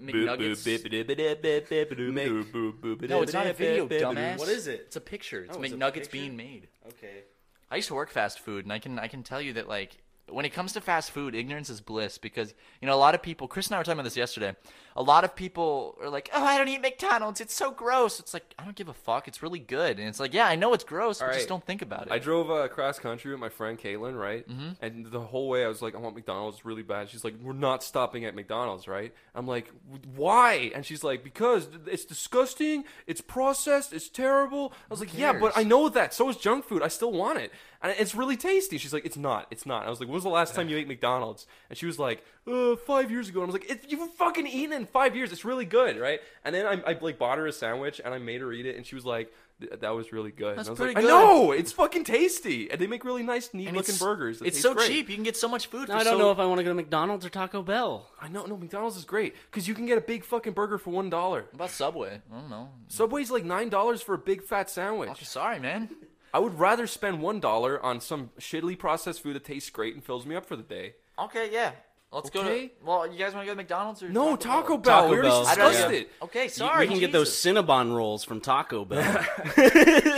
D: McNuggets. No,
C: No,
D: it's not a video, dumbass.
B: What is it?
D: It's a picture. It's
B: Oh, it's a
D: McNuggets
B: picture?
D: being made.
B: Okay.
D: I used to work fast food, and I can I can tell you that like when it comes to fast food, ignorance is bliss because you know a lot of people. Chris and I were talking about this yesterday. A lot of people are like, "Oh, I don't eat McDonald's. It's so gross." It's like I don't give a fuck. It's really good, and it's like, yeah, I know it's gross, but just
C: right.
D: don't think about it.
C: I drove uh, cross country with my friend Caitlin, right? Mm-hmm. And the whole way I was like, I want McDonald's really bad. She's like, We're not stopping at McDonald's, right? I'm like, Why? And she's like, Because it's disgusting. It's processed. It's terrible. I was like, Yeah, but
D: cares?
C: I know that. So is junk food. I still want it, and it's really tasty. She's like, It's not. It's not. I was like, When was the last time you ate McDonald's? And she was like, uh, Five years ago. And I was like, it, You've fucking eaten in five years. It's really good, right? And then I, I like bought her a sandwich and I made her eat it, and she was like. "Th- That was really good.
D: That's
C: And I was
D: pretty
C: like,
D: good.
C: I know Oh, it's fucking tasty, and they make really nice, neat
D: And
C: looking
D: it's-
C: burgers. that
D: It's
C: taste
D: so
C: great.
D: cheap. You can get so much food. For
B: I don't
D: so-
B: know if I want to go to McDonald's or Taco Bell.
C: I know, no, McDonald's is great because you can get a big fucking burger for one dollar.
D: What about Subway. I don't know.
C: Subway's like nine dollars for a big fat
D: I'm
C: sandwich.
D: sorry, man.
C: I would rather spend one dollar on some shittily processed food that tastes great and fills me up for the day.
D: Okay, yeah. Let's
C: Okay.
D: go to. Well, you guys want to go to McDonald's or
C: No, Taco Bell.
B: Taco
C: we already
B: Bell.
D: I don't
C: discussed
D: know.
C: it.
D: Okay,
B: You-
D: sorry.
B: we can get those Cinnabon rolls from Taco Bell.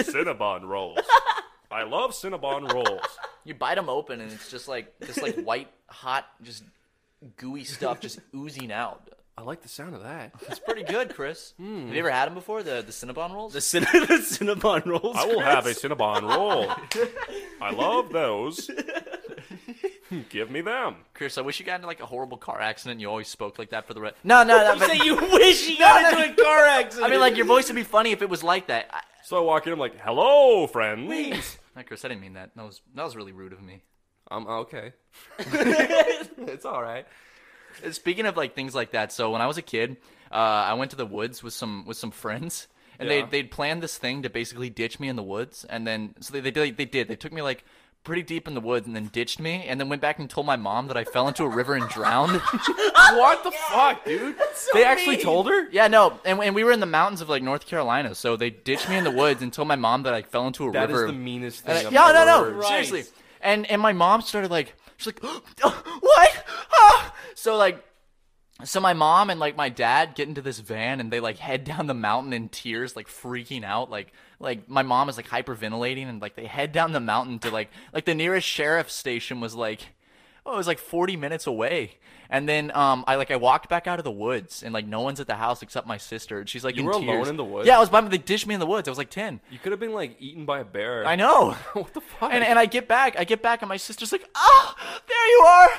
C: Cinnabon rolls. I love Cinnabon rolls.
D: You bite them open, and it's just like this, like white, hot, just gooey stuff just oozing out.
C: I like the sound of that.
D: It's pretty good, Chris. Have you ever had them before? The the Cinnabon rolls.
B: the, cin- the Cinnabon rolls. Chris.
C: Cinnabon roll. I love those. Give me them.
D: Chris, I wish you got into like a horrible car accident. and You always spoke like that for the rest. No, no, no.
B: You say you wish you got
D: no.
B: into a car accident.
D: I mean, like your voice would be funny if it was like that. I,
C: So I walk in, I'm like, hello, friends.
D: no, Chris, I didn't mean that. That was that was really rude of me.
C: I'm "Oh, okay. it's all right.
D: Speaking of like things like that, so when I was a kid, uh, I went to the woods with some with some friends, and
C: Yeah.
D: they they'd planned this thing to basically ditch me in the woods, and then so they they did, they did they took me like pretty deep in the woods and then ditched me, and then went back and told my mom that I fell into a river and drowned. Oh
C: What the fuck, dude? they actually told her?
D: yeah, no, and and we were in the mountains of like North Carolina, so they ditched me in the woods and told my mom that I fell into a
C: That is
D: river.
C: the meanest
D: And
C: thing.
D: I-
C: I've
D: yeah, no,
C: ever
D: no,
C: heard.
D: seriously.
B: Right.
D: And and my mom started like, she's like, Oh, what? Ah." So like, so my mom and like my dad get into this van and they like head down the mountain in tears, like freaking out, like like my mom is like hyperventilating and like they head down the mountain to like like the nearest sheriff's station was like. Oh, it was like 40 minutes away. And then um I like I walked back out of the woods and like no one's at the house except my sister. And she's like
C: You
D: in
C: were alone
D: tears.
C: in the woods?
D: Yeah, I was by they dished me in the woods. I was like 10.
C: You could have been like eaten by a bear.
D: I know.
C: What the fuck?
D: And, and I get back, I get back, and my sister's like, "Ah, there you are!"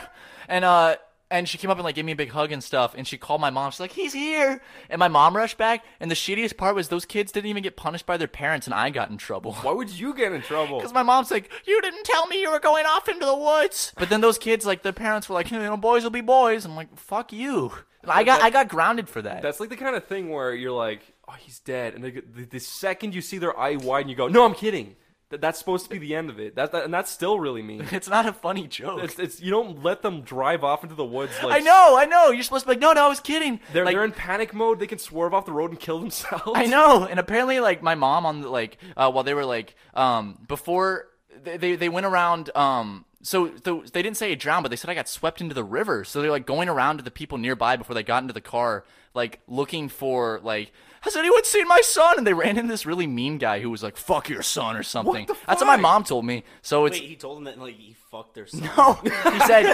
D: And uh, and she came up and like gave me a big hug and stuff. And she called my mom. She's like, "He's here!" And my mom rushed back. And the shittiest part was those kids didn't even get punished by their parents, and I got in trouble.
C: Why would you get in trouble?
D: Because my mom's like, "You didn't tell me you were going off into the woods." But then those kids, like their parents, were like, "You know, boys will be boys." I'm like, "Fuck you!" And I got I got grounded for that.
C: That's like the kind of thing where you're like, oh, he's dead. And they, go- the, the second you see their eye widen, you go, no, I'm kidding. Th- that's supposed to be the end of it. That, that, and that's still really mean.
D: It's not a funny joke.
C: It's, it's, you don't let them drive off into the woods
D: I
C: like
D: know, I know. You're supposed to be like, "No, no, I was kidding."
C: They're,
D: like,
C: they're in panic mode. They can swerve off the road and kill themselves.
D: I know. And apparently, like my mom on the, like uh, while they were like um before they they, they went around um. So, so they didn't say I drowned, but they said I got swept into the river. So they're like going around to the people nearby before they got into the car, like looking for like, has anyone seen my son? And they ran into this really mean guy who was like, "Fuck your son" or something.
C: the
D: That's what my
C: fuck?
D: mom told me. So it's
B: Wait, he told him that like he fucked their son.
D: no. He said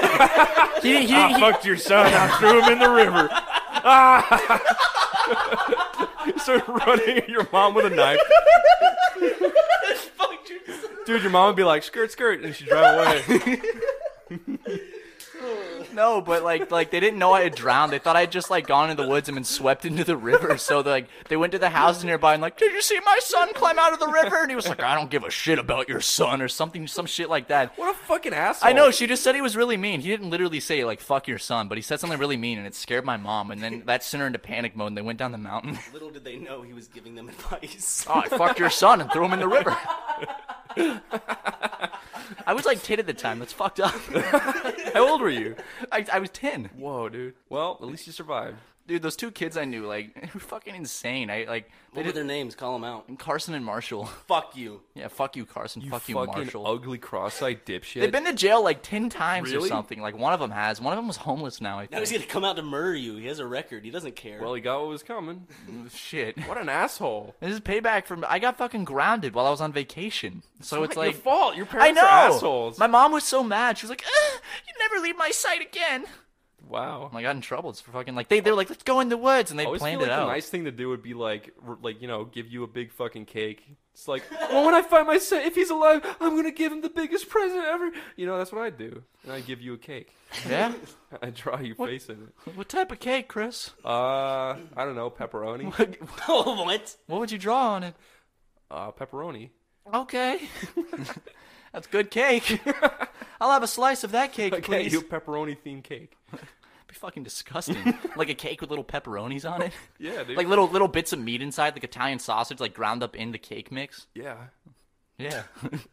D: he didn't. He, didn't- he,
C: fucked your son. I threw him in the river. Ah! you start running at your mom with a knife. Dude, your mom would be like, skirt, skirt, and she'd drive away.
D: No, but like like they didn't know I had drowned. They thought I had just like gone into the woods and been swept into the river. So they, like they went to the house nearby and like, did you see my son climb out of the river? And he was like, I don't give a shit about your son or something, some shit like that.
C: What a fucking asshole!
D: I know she just said he was really mean. He didn't literally say like fuck your son, but he said something really mean and it scared my mom. And then that sent her into panic mode. and They went down the mountain.
B: Little did they know he was giving them advice.
D: Oh, I fucked your son and threw him in the river. I was like kid at the time. That's fucked up.
C: How old were you?
D: I, I was ten.
C: Whoa, dude. Well, at least you survived.
D: Dude, those two kids I knew, like, they were fucking insane. I like
B: What
D: they
B: were
D: did,
B: their names? Call them out.
D: Carson and Marshall.
B: Fuck you.
D: Yeah, fuck you, Carson. fuck you,
C: fucking
D: Marshall.
C: ugly cross-eyed dipshit.
D: They've been to jail like ten times
C: Really?
D: or something. Like one of them has. One of them was homeless now. I
B: Now
D: think.
B: he's gonna come out to murder you. He has a record. He doesn't care.
C: well, he got what was coming.
D: Shit.
C: What an asshole!
D: This is payback from I got fucking grounded while I was on vacation. So it's,
C: It's not
D: like
C: your fault. Your
D: I
C: parents
D: know.
C: are assholes.
D: My mom was so mad. She was like, "Ugh, "You never leave my sight again."
C: wow.
D: When I got in trouble. It's for fucking like they they were like, "Let's go in the woods," and they
C: I always
D: planned
C: feel like
D: it out.
C: the nice thing to do would be like, r- like you know, give you a big fucking cake. It's like, well, when I find my son, if he's alive, I'm gonna give him the biggest present ever. You know, that's what I do, and I give you a cake.
D: Yeah.
C: I draw your face in it.
D: what type of cake, Chris?
C: Uh, I don't know, pepperoni.
B: oh, what?
D: What would you draw on it?
C: Uh, pepperoni.
D: Okay. That's good cake. I'll have a slice of that cake,
C: I get
D: please.
C: you a pepperoni themed cake.
D: It'd be fucking disgusting. like a cake with little pepperonis on it.
C: Yeah, dude.
D: Like little little bits of meat inside, like Italian sausage, like ground up in the cake mix.
C: yeah.
D: Yeah.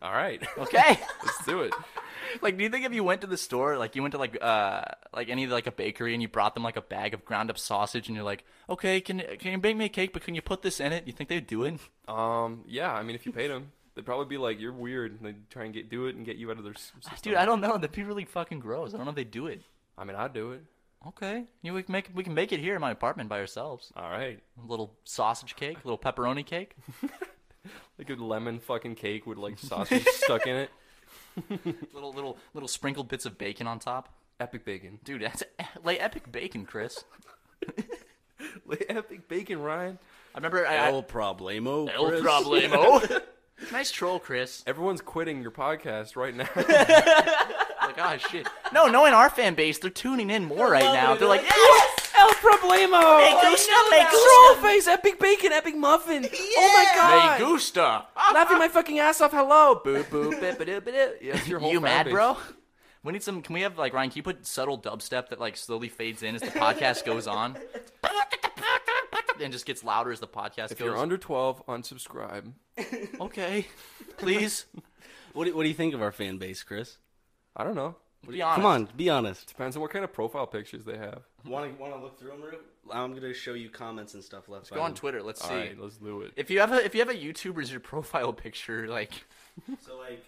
C: All right,
D: Okay.
C: let's do it.
D: like, do you think if you went to the store, like you went to like uh like any like a bakery and you brought them like a bag of ground up sausage and you're like, okay, can can you bake me a cake, but can you put this in it? You think they'd do it?
C: Um, yeah. I mean, if you paid him, they'd probably be like, "You're weird," and they'd try and get do it and get you out of their. s- System.
D: Dude, I don't know. That'd be really fucking gross. I don't know if they do it.
C: I mean, I'd do it.
D: Okay, you we can make we can make it here in my apartment by ourselves.
C: All right.
D: A little sausage cake, a little pepperoni cake.
C: Like a lemon fucking cake with like sausage stuck in it.
D: little little little sprinkled bits of bacon on top.
C: Epic bacon.
D: Dude, that's like epic bacon, Chris.
C: Epic bacon, Ryan.
D: I remember I, I
B: El problemo.
D: El
B: Chris.
D: problemo. nice troll, Chris.
C: Everyone's quitting your podcast right now.
D: Like, ah, shit. No, knowing our fan base, they're tuning in more right now. They're like, yes,
E: El Problemo!
D: me gusta, me
E: Troll
D: gusta,
E: face, epic bacon, epic muffin. Oh my god!
D: me gusta.
E: Laughing my fucking ass off. Hello, boo boo, bip ba doo ba doo. Yeah,
C: That's your whole
D: you
C: fan
D: mad,
C: base.
D: bro? We need some. Can we have like Ryan? Can you put subtle dubstep that like slowly fades in as the podcast goes on, and just gets louder as the podcast
C: If
D: goes.
C: you're under 12, unsubscribe.
D: okay, please
B: What do, what do you think of our fan base, Chris?
C: I don't know.
D: be honest.
B: Come on, be honest.
C: Depends on what kind of profile pictures they have.
B: Want to want to look through them? I'm gonna show you comments and stuff left.
D: Go on Twitter. Let's see.
C: All right, let's do it.
D: If you have a if you have a YouTuber as your profile picture, like
B: So like,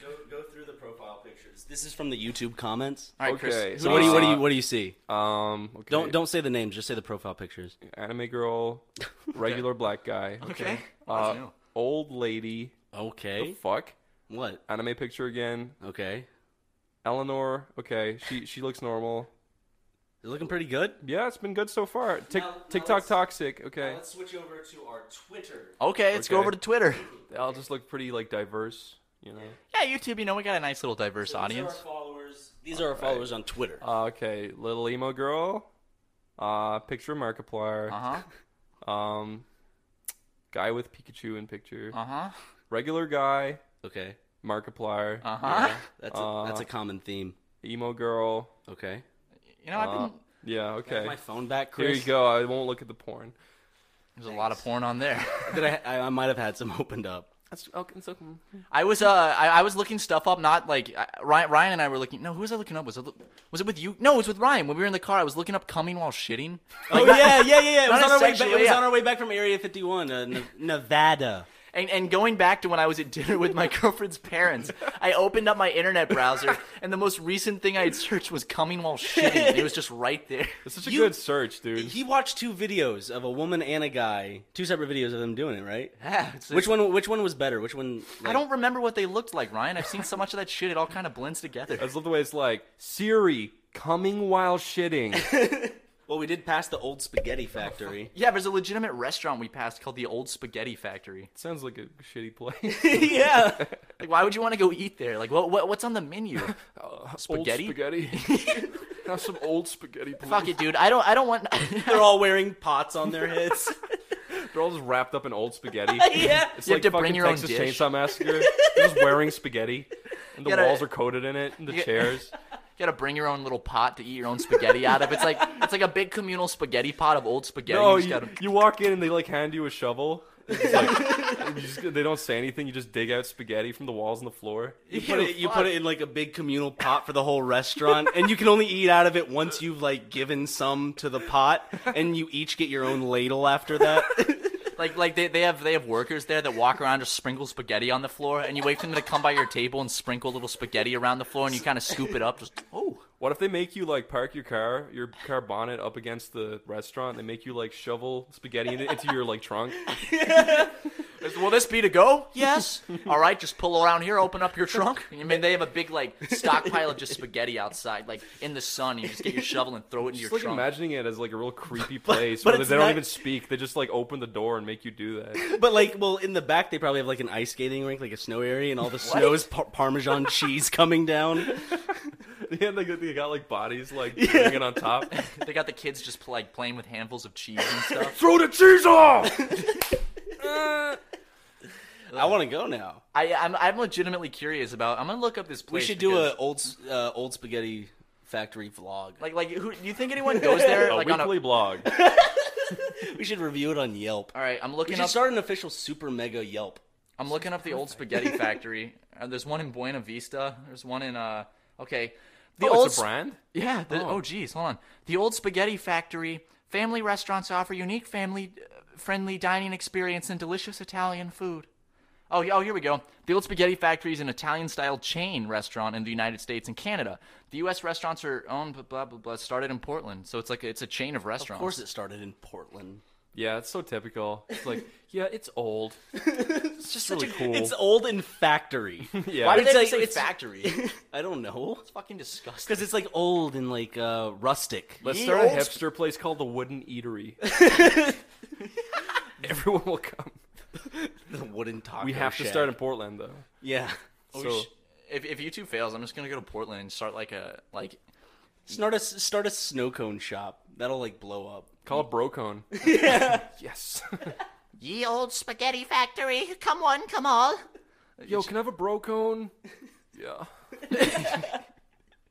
B: go go through the profile pictures. This is from the YouTube comments.
D: all right,
C: Okay,
D: Chris.
B: So what do you what do you what do you see?
C: Um, okay.
B: Don't don't say the names. Just say the profile pictures.
C: Anime girl, regular black guy,
D: Okay.
C: uh,
D: That's new.
C: old lady,
B: Okay.
C: fuck,
B: What?
C: anime picture again.
B: Okay.
C: Eleanor, okay, she she looks normal.
B: You're looking pretty good.
C: Yeah, it's been good so far. Tik
B: Now- now
C: TikTok
B: let's-
C: toxic, okay.
B: switch over to our Twitter.
D: Okay, let's go
C: Okay.
D: over to Twitter.
C: They all just look pretty like diverse, you know.
D: Yeah, YouTube. You know we got a nice little diverse audience.
B: followers. These are our followers on Twitter.
C: Uh, okay, little emo girl, uh, picture of Markiplier.
D: Uh huh.
C: Um, guy with Pikachu in picture.
D: Uh huh.
C: Regular guy,
B: Okay.
C: Markiplier,
D: Uh
B: Uh-huh.
D: huh.
B: That's a, that's a common theme.
C: emo girl.
B: Okay.
D: You know I've
C: Uh,
D: been.
C: Yeah,
B: Have
C: okay.
B: my phone back,
C: Here
B: Chris.
C: you go. I won't look at the porn.
D: There's a lot of porn on there.
B: Did I, I, I might have had some opened up.
C: That's okay. So,
D: I was uh I, I was looking stuff up, not like I, Ryan Ryan and I were looking. No, who was I looking up? Was it was it with you? No, it was with Ryan. When we were in the car, I was looking up coming while shitting.
B: Oh yeah, yeah, yeah, yeah. It was,
D: Not
B: on our, way back,
D: essentially,
B: it was
D: yeah.
B: on our way back from Area 51, uh, Ne- Nevada.
D: And, and going back to when I was at dinner with my girlfriend's parents, I opened up my internet browser, and the most recent thing I had searched was coming while shitting. It was just right there.
C: it's such a
B: You-
C: good search, dude.
B: He watched two videos of a woman and a guy, two separate videos of them doing it, right?
D: Yeah, it's-
B: Which one? Which one was better? Which one?
D: I don't remember what they looked like, Ryan. I've seen so much of that shit; it all kind of blends
C: I
D: together.
C: just love the way it's like Siri coming while shitting.
B: Well, we did pass the old spaghetti factory.
D: Yeah, there's a legitimate restaurant we passed called the Old Spaghetti Factory.
C: Sounds like a shitty place.
B: yeah.
D: Like, why would you want to go eat there? Like, what, what what's on the menu?
C: Uh, old
D: Spaghetti?
C: spaghetti. Have some old spaghetti, please.
D: Fuck it, dude. I don't. I don't want.
B: They're all wearing pots on their heads.
C: They're all just wrapped up in old spaghetti.
B: yeah.
C: It's
D: You have
C: like
D: to
C: fucking
D: bring your own
C: Texas
D: dish.
C: Chainsaw Massacre. They're just wearing spaghetti, and the
D: Gotta-
C: walls are coated in it, and the
D: Yeah.
C: chairs.
D: You gotta bring your own little pot to eat your own spaghetti out of. It's like it's like a big communal spaghetti pot of old spaghetti.
C: No,
D: you just
C: you,
D: gotta-
C: you walk in and they like hand you a shovel. It's just like- and you just- they don't say anything. You just dig out spaghetti from the walls and the floor.
B: You put it. You
D: fuck.
B: put it in like a big communal pot for the whole restaurant, and you can only eat out of it once you've like given some to the pot, and you each get your own ladle after that.
D: like like they, they have they have workers there that walk around just sprinkle spaghetti on the floor, and you wait for them to come by your table and sprinkle a little spaghetti around the floor, and you kind of scoop it up. Just oh,
C: What if they make you like park your car, your car bonnet up against the restaurant? They make you like shovel spaghetti in- into your like trunk.
D: will this be to go? Yes. All right, just pull around here, open up your trunk. I mean, they have a big like stockpile of just spaghetti outside, like in the sun. You just get your shovel and throw it into
C: Just
D: your
C: like
D: trunk.
C: imagining it as like a real creepy place
B: but
C: where
B: it's
C: they don't
B: not-
C: even speak. They just like open the door and make you do that.
B: But like, well, in the back they probably have like an ice skating rink, like a snow area, and all the snow is par- Parmesan cheese coming down.
C: Yeah, they, they got like bodies like hanging on top.
D: They got the kids just like playing with handfuls of cheese and stuff.
C: Throw the cheese off.
B: I want to go now.
D: I, I'm I'm legitimately curious about. I'm gonna look up this
B: We
D: place.
B: should do
D: because-
B: a old s- uh, old spaghetti factory vlog.
D: Like, like, who do you think anyone goes there?
C: A
D: like, on a,
C: weekly blog.
B: We should review it on Yelp.
D: all right, I'm
B: We
D: looking
B: should
D: up.
B: start an official super mega Yelp.
D: I'm looking up the old spaghetti factory. Uh, there's one in Buena Vista. There's one in uh. Okay, the
C: oh,
D: old
C: it's
D: sp-
C: a brand.
D: Yeah. The, oh. geez, hold on. The old spaghetti factory. Family restaurants offer unique family-friendly dining experience and delicious Italian food. Oh, yeah, oh, here we go. The Old Spaghetti Factory is an Italian-style chain restaurant in the United States and Canada. The U.S. restaurants are owned, blah blah blah, blah started in Portland, so it's like it's a chain of
B: Of
D: restaurants.
B: course, it started in Portland.
C: Yeah, it's so typical. It's like, yeah, it's old. It's just really cool.
B: It's old and factory.
C: yeah.
D: Why did
B: It's
D: they
B: like-
D: say
B: it's-
D: factory? It's
B: I don't know.
D: fucking disgusting.
B: Because it's like old and like uh, rustic.
C: Let's
D: Ye
C: start a
D: old sp-
C: hipster place called the Wooden Eatery. Everyone will come.
B: The wooden taco.
C: We have to
B: shack.
C: start in Portland though.
B: Yeah. Oh,
C: so
D: if if you two fails, I'm just gonna go to Portland and start like a like
B: Start a s- start a snow cone shop. That'll like blow up.
C: call it Brocone. yes.
D: ye old spaghetti factory. Come one, come all.
C: Yo, can I have a Brocone? Yeah.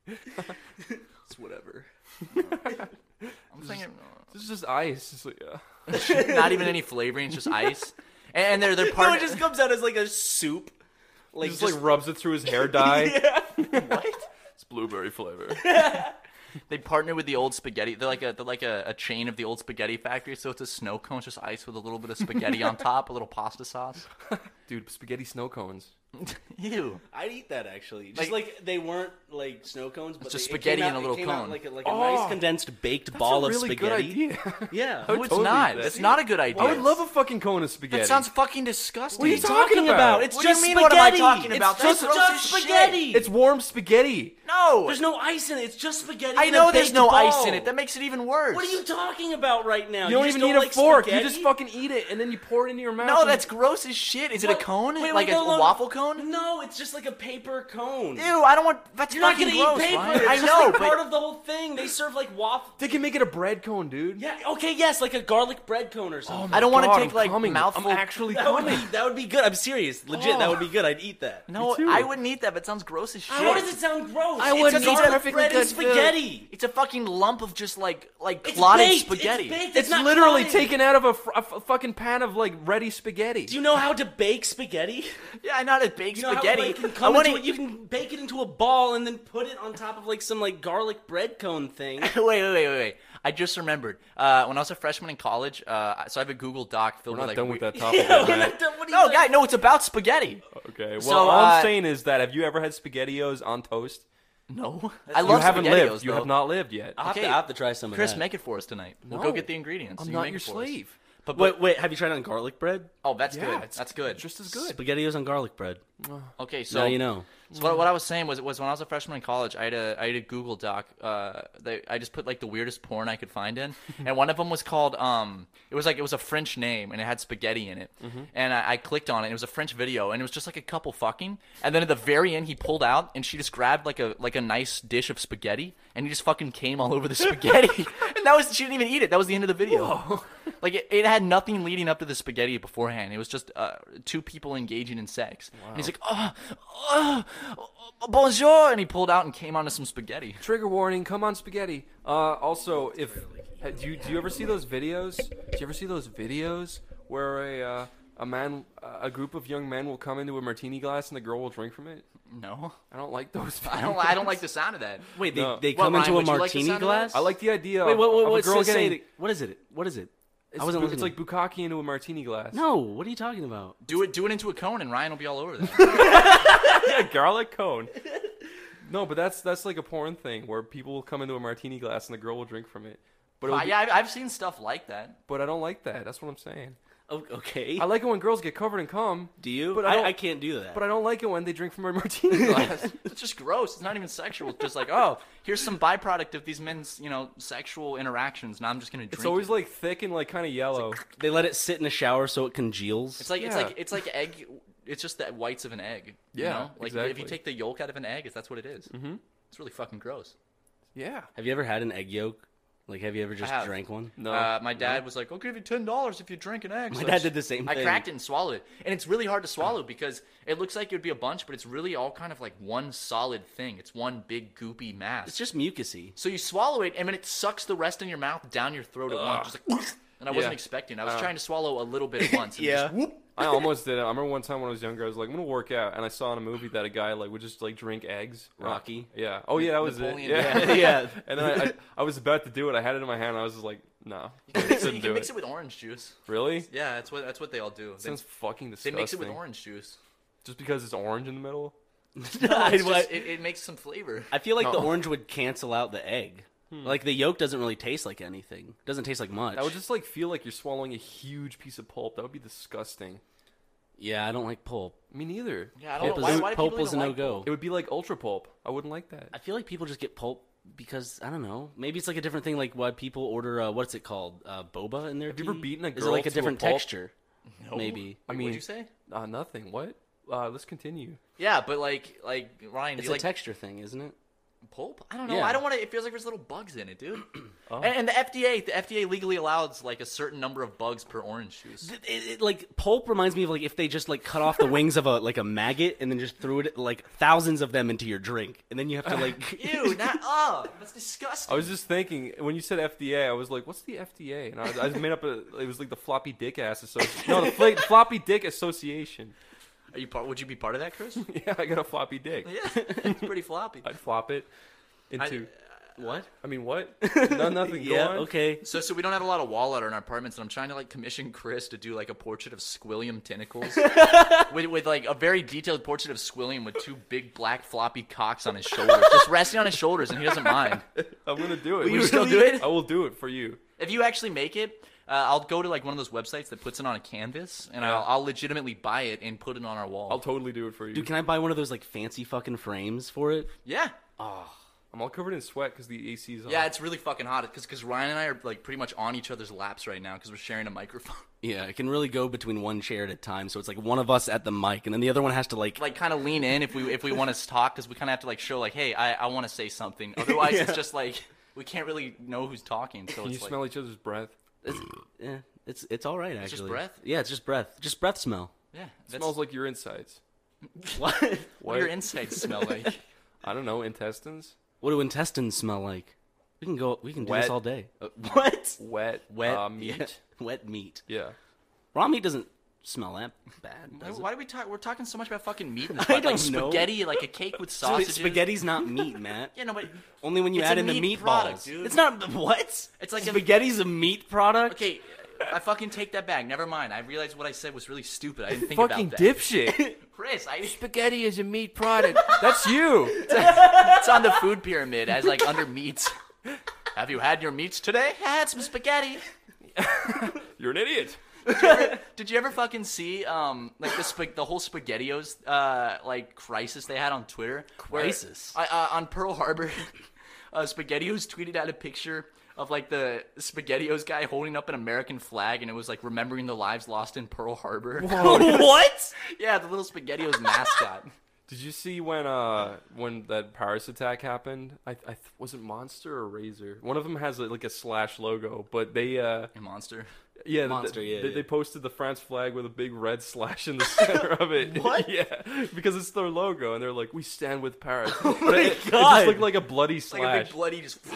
B: It's whatever.
D: I'm thinking
C: This is just ice. It's like, yeah.
D: not even any flavoring, it's just ice. And they're they're
B: No,
D: part
B: it just comes out as like a soup. Like
C: He just,
B: just,
C: like rubs it through his hair dye.
D: what?
C: It's blueberry flavor.
D: They partner with the old spaghetti. They're like a they're like a, a chain of the old spaghetti factory. So it's a snow cone, it's just ice with a little bit of spaghetti on top, a little pasta sauce.
C: Dude, spaghetti snow cones.
D: Ew.
B: I'd eat that actually. Just like,
D: Like-
B: they weren't like snow cones, but
D: just
B: they- it
D: spaghetti
B: came
D: in a
B: out- it
D: little
B: came out
D: cone.
B: Like a, like a nice condensed baked ball
C: That's a really
B: of spaghetti.
C: good idea.
B: Yeah.
D: No,
C: would
D: it's
C: totally
D: not.
C: do that.
D: That's not a good idea.
C: I would love a fucking cone of spaghetti.
D: That sounds fucking disgusting.
C: What are you
D: It's-
C: talking about?
B: It's
D: What do you
B: just
D: mean, what
B: spaghetti.
D: am I talking about?
B: It's
D: That's
B: just, just
D: gross as shit.
B: spaghetti.
C: It's warm spaghetti.
D: No.
B: There's no ice in it. It's just spaghetti.
D: I
B: in a
D: know there's
B: baked
D: no
B: ball.
D: ice in it. That makes it even worse.
B: What are you talking about right now?
C: You don't
B: just
C: even
B: don't
C: need
B: like
C: a fork.
B: Spaghetti?
C: You just fucking eat it and then you pour it into your mouth.
D: No,
C: and-
D: that's gross as shit. Is it
B: What?
D: a cone?
B: Wait, wait,
D: like a,
B: no,
D: a
B: no, no.
D: waffle cone?
B: No, it's just like a paper cone.
D: Ew, I don't want. That's
B: You're not
D: fucking
B: gonna
D: gross,
B: eat paper.
D: Ryan.
B: It's
D: I
B: just,
D: know,
B: like,
D: but
B: part of the whole thing. They serve like waffle.
C: They can make it a bread cone, dude.
B: Yeah. Okay. Yes, like a garlic bread cone or something.
D: I don't want to
C: God,
D: take
C: I'm
D: like
C: coming.
D: mouthful.
C: I'm actually
B: That would
C: coming.
B: be that would be good. I'm serious, legit. That would be good. I'd eat that.
D: no,
C: too.
D: I wouldn't eat that. But it sounds gross as shit.
B: How does it sound gross?
D: I
B: It's
D: wouldn't
B: a
D: eat
B: garlic
D: perfectly
B: bread and
D: good food.
B: spaghetti.
D: It's a fucking lump of just like like
B: It's
D: clotted
B: baked.
D: spaghetti.
B: It's, baked.
C: It's
B: not
C: literally
B: clotted.
C: taken out of a, fr- a f- a fucking pan of like ready spaghetti.
B: Do you know how to bake spaghetti?
D: Yeah, I know how to bake
B: You know
D: spaghetti.
B: How, like, can
D: I
B: come
D: want
B: into it, you can bake it into a ball and then put it on top of like some like garlic bread cone thing.
D: Wait, wait, wait, wait, wait. I just remembered. Uh, when I was a freshman in college, uh, so I have a Google Doc filled
C: We're not
D: with like.
C: done with
D: weird-
C: that topic. right?
B: What are you
D: No,
B: doing?
D: guy, no, it's about spaghetti.
C: Okay. Well,
D: So,
C: all I'm
D: uh,
C: saying is that have you ever had spaghettios on toast?
D: No, I love
C: you haven't
D: Spaghettios,
C: lived. You
D: though.
C: have not lived yet.
B: I have,
D: Okay.
B: to, I have to try some
D: Chris,
B: of that.
D: make it for us tonight. We'll go
C: No.
D: get the ingredients.
C: I'm
D: You
C: not
D: make
C: your
D: it for us.
C: slave.
D: But, but
B: wait, wait, have you tried it on garlic bread?
D: oh, that's
C: Yeah,
D: good.
C: it's
D: That's good.
C: Just as good.
B: Spaghettios on garlic bread.
D: okay, so
B: So now you know.
D: So what, what I was saying was, was when I was a freshman in college, I had a I had a Google Doc. Uh, that I just put like the weirdest porn I could find in, and one of them was called um. It was like it was a French name, and it had spaghetti in it. And I, I clicked on it. and It was a French video, and it was just like a couple fucking. And then at the very end, he pulled out, and she just grabbed like a like a nice dish of spaghetti, and he just fucking came all over the spaghetti. and that was she didn't even eat it. That was the end of the video. like it, it had nothing leading up to the spaghetti beforehand. It was just uh, two people engaging in sex. And he's like, oh, oh, bonjour, and he pulled out and came onto some spaghetti.
C: Trigger warning. Come on, spaghetti. Uh, also, if ha- do you do you ever see those videos? Do you ever see those videos where a uh, a man, a group of young men will come into a martini glass and the girl will drink from it?
D: No,
C: I don't like those.
D: I don't. I don't like the sound of that.
B: Wait, they,
C: No.
B: they
D: What,
B: come
D: Ryan,
B: into
D: would
B: a
D: you like the
B: martini
D: sound of that?
B: glass?
C: I like the idea.
B: Wait, what,
C: of-
B: what,
C: of
B: what's
C: a girl
B: this say
C: getting.
B: that- What is it? What is it?
C: It's,
B: I wasn't
C: bu- it's like
B: listening.
C: bukkake into a martini glass.
B: No, what are you talking about?
D: Do it. Do it into a cone, and Ryan will be all over that.
C: a garlic cone. No, but that's that's like a porn thing where people will come into a martini glass and the girl will drink from it. But it'll be-
D: yeah, I've, I've seen stuff like that.
C: but I don't like that. That's what I'm saying.
B: O- Oh, Okay.
C: I like it when girls get covered in cum.
B: do you?
C: But I,
B: I,
C: don't,
B: I can't do that.
C: But I don't like it when they drink from a martini glass.
D: It's just gross. It's not even sexual. It's just like, oh, here's some byproduct of these men's, you know, sexual interactions. Now I'm just gonna drink.
C: it's always like thick and like kind of yellow.
B: they let it sit in the shower so it congeals.
D: It's like it's
C: Yeah.
D: like it's like egg. It's just the whites of an egg. you
C: Yeah,
D: know? like if you
C: exactly.
D: take the yolk out of an egg, it's, that's what it Mm-hmm. It's really fucking gross.
C: yeah.
B: have you ever had an egg yolk? Like, have you ever just
D: have.
B: drank one?
C: No.
D: Uh, my dad was like, "I'll give you ten dollars if you drink an egg."
B: My
D: So
B: dad
D: I-
B: did the same
D: I
B: thing.
D: cracked it and swallowed it, and it's really hard to
C: Oh.
D: swallow because it looks like it would be a bunch, but it's really all kind of like one solid thing. It's one big goopy mass.
B: It's just mucusy.
D: so you swallow it, and then it sucks the rest in your mouth down your throat at once. Just like, and I wasn't
C: Yeah. Oh.
D: expecting. I was trying to swallow a little bit at once. And just-
C: I almost did it. I remember one time when I was younger, I was like, I'm gonna work out, and I saw in a movie that a guy like would just like drink eggs.
B: Rocky.
C: Yeah. Oh yeah, that was
D: Uh, Napoleon,
C: it. Yeah.
B: yeah.
C: and then I, I, I was about to do it. I had it in my hand. And I was just like, no.
D: mix it-
C: Couldn't
D: you
C: do
D: can mix
C: it.
D: it with orange juice.
C: Really?
D: Yeah, that's what that's what they all do. They,
C: Sounds fucking
D: they
C: disgusting.
D: mix it with orange juice.
C: Just because it's orange in the middle?
B: I,
D: It's just, it, it makes some flavor.
B: I feel like the
D: No.
B: orange would cancel out the egg. Like the yolk doesn't really taste like anything. Doesn't taste like much.
C: That would just like feel like you're swallowing a huge piece of pulp. That would be disgusting.
B: yeah, I don't like pulp.
C: Me neither.
D: Yeah, I don't
B: Pulp
D: know
B: is,
D: why, why do people
B: pulp
D: even
B: is a no
D: like
B: go.
C: It would be like ultra pulp. I wouldn't like that.
B: I feel like people just get pulp because I don't know. Maybe it's like a different thing. Like why people order uh, what's it called uh, boba in their.
C: Have you ever
B: tea?
C: beaten a
B: Is it like a
C: girl to a
B: different
C: pulp?
B: texture? No. Maybe.
C: I
D: Wait,
C: mean,
D: what'd you say?
C: Uh, nothing. What? Uh, let's continue.
D: Yeah, but like, like Ryan, do
B: It's
D: you
B: a
D: like
B: texture thing, isn't it?
D: pulp? I don't know.
B: Yeah. Oh.
D: I don't want to. It feels like there's little bugs in it, dude. and, and the FDA, the FDA legally allows like a certain number of bugs per orange juice.
B: It, it- it- like pulp reminds me of like if they just like cut off the wings of a like a maggot and then just threw it like thousands of them into your drink and then you have to like
D: Ew, not oh, that's disgusting.
C: I was just thinking when you said FDA, I was like, "What's the FDA?" And I, was- I made up a. It was like the floppy dick ass association. no, the fla- floppy dick association.
D: Are you part? Would you be part of that, Chris?
C: Yeah, I got a floppy dick.
D: yeah, it's pretty floppy.
C: I'd flop it into.
B: what?
C: I, mean, what? No, nothing. Go
B: Yeah.
C: on.
B: Okay.
D: So, so we don't have a lot of wall art in our apartments, and I'm trying to like commission Chris to do like a portrait of Squilliam tentacles, with, with like a very detailed portrait of Squilliam with two big black floppy cocks on his shoulders, just resting on his shoulders, and he doesn't mind.
C: I'm gonna do it.
D: Will you still do it?
C: I will do it for you.
D: If you actually make it, uh, I'll go to like one of those websites that puts it on a canvas, and I'll, I'll legitimately buy it and put it on our wall.
C: I'll totally do it for you.
B: Dude, can I buy one of those like fancy fucking frames for it?
D: yeah,
C: I'm all covered in sweat because the AC's on.
D: yeah, it's really fucking hot because Ryan and I are like pretty much on each other's laps right now because we're sharing a microphone,
B: Yeah, it can really go between one chair at a time, so it's like one of us at the mic and then the other one has to like
D: like kind of lean in if we if we want to talk because we kind of have to like show like, hey, I, I want to say something. Otherwise, it's just like we can't really know who's talking. So
C: Can you
D: it's like,
C: smell each other's breath?
B: it's, eh, it's it's all right actually.
D: just breath?
B: Yeah, it's just breath. Just breath smell.
D: yeah,
C: It smells like your insides.
B: What?
D: what do your insides smell like.
C: I don't know, intestines?
B: What do intestines smell like? We can go. We can do this
C: Wet.
B: all day. Uh, what?
C: Wet,
B: Wet
C: uh,
B: yeah,
C: meat.
B: wet meat.
C: Yeah.
B: Raw meat doesn't smell that bad.
D: Why,
B: Does it?
D: why do we talk? We're talking so much about fucking meat. In this
B: I
D: pod, like
B: don't know.
D: spaghetti, like a cake with
B: Sp-
D: sausages.
B: Spaghetti's not meat, Matt.
D: Yeah, no, but
B: Only when you
D: It's
B: add
D: a
B: in the
D: meat
B: meatballs.
D: product, dude.
B: It's not what?
D: It's like a-
B: spaghetti's a, meat product.
D: Okay, I fucking take that back. Never mind. I realized what I said was really stupid. I didn't think
C: Fucking
D: about that.
C: dipshit.
D: Chris, I,
E: Spaghetti is a meat product.
C: That's you.
D: it's on the food pyramid as like under meats. Have you had your meats today? I had some spaghetti.
C: You're an idiot.
D: Did you ever, did you ever fucking see um like the sp- the whole Spaghettios uh like crisis they had on Twitter? where-
B: Crisis?
D: I, uh, on Pearl Harbor, uh, Spaghettios tweeted out a picture of like the Spaghettios guy holding up an American flag, and it was like remembering the lives lost in Pearl Harbor.
B: what?
D: yeah, the little Spaghettios mascot.
C: Did you see when uh when that Paris attack happened? I, I th- was it Monster or Razor. One of them has like a slash logo, but they uh
D: A monster.
C: yeah, th-
B: Monster,
C: th-
B: yeah,
C: they,
B: yeah.
C: they posted the France flag with a big red slash in the center of it.
D: What?
C: yeah, because it's their logo, and they're like, "We stand with Paris." but
B: my
C: it, it
B: God.
C: just looked like a bloody slash.
D: Like a big bloody just.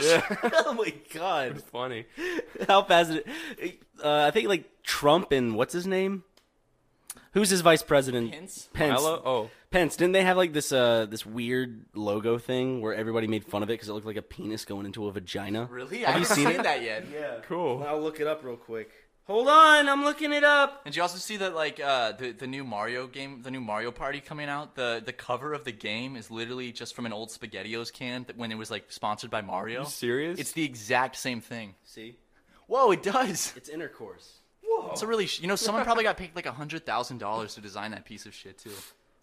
B: oh my god!
C: It's funny.
B: How fast did it? Uh, I think like Trump and what's his name? Who's his vice president?
D: Pence?
B: Pence.
C: Milo? Oh,
B: Pence. Didn't they have like this uh this weird logo thing where everybody made fun of it because it looked like a penis going into a vagina?
D: Really? I
B: Have you
D: haven't
B: seen it?
D: that yet.
C: cool.
B: I'll look it up real quick. Hold on, I'm looking it up.
D: And did you also see that like uh, the the new Mario game, the new Mario Party coming out? The the cover of the game is literally just from an old SpaghettiOs can that when it was like sponsored by Mario.
C: You serious?
D: It's the exact same thing.
B: See,
D: Whoa, it does.
B: it's intercourse.
D: It's a really sh- you know someone probably got paid like a hundred thousand dollars to design that piece of shit too.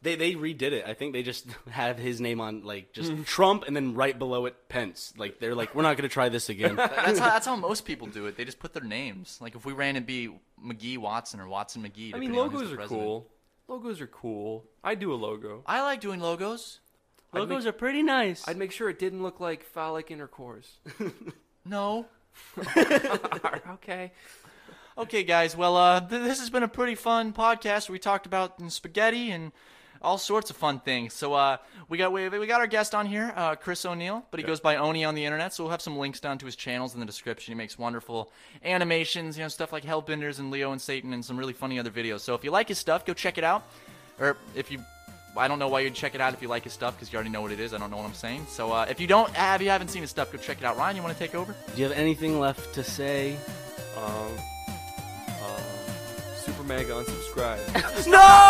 B: They they redid it. I think they just have his name on like
D: Mm.
B: just Trump and then right below it Pence. Like they're like we're not gonna try this again.
D: That's how that's how most people do it. They just put their names. Like if we ran and be McGee Watson or Watson McGee.
C: I mean,
D: depending on who's
C: logos
D: the
C: are
D: president.
C: cool. Logos are cool. I do a logo.
D: I like doing logos.
B: Logos are pretty nice.
C: I'd make sure it didn't look like phallic intercourse.
D: No.
C: okay.
D: Okay, guys. Well, uh, th- this has been a pretty fun podcast. We talked about mm, spaghetti and all sorts of fun things. So uh, we got we, we got our guest on here, uh, Chris O'Neill, but he goes by Oni on the internet. So we'll have some links down to his channels in the description. He makes wonderful animations, you know, stuff like Hellbenders and Leo and Satan, and some really funny other videos. So if you like his stuff, go check it out. Or if you I don't know why you'd check it out if you like his stuff because you already know what it is. I don't know what I'm saying. So uh, if you don't have you haven't seen his stuff, go check it out. Ryan, you want to take over?
B: Do you have anything left to say?
C: Um, um, Super Mega unsubscribe.
D: No!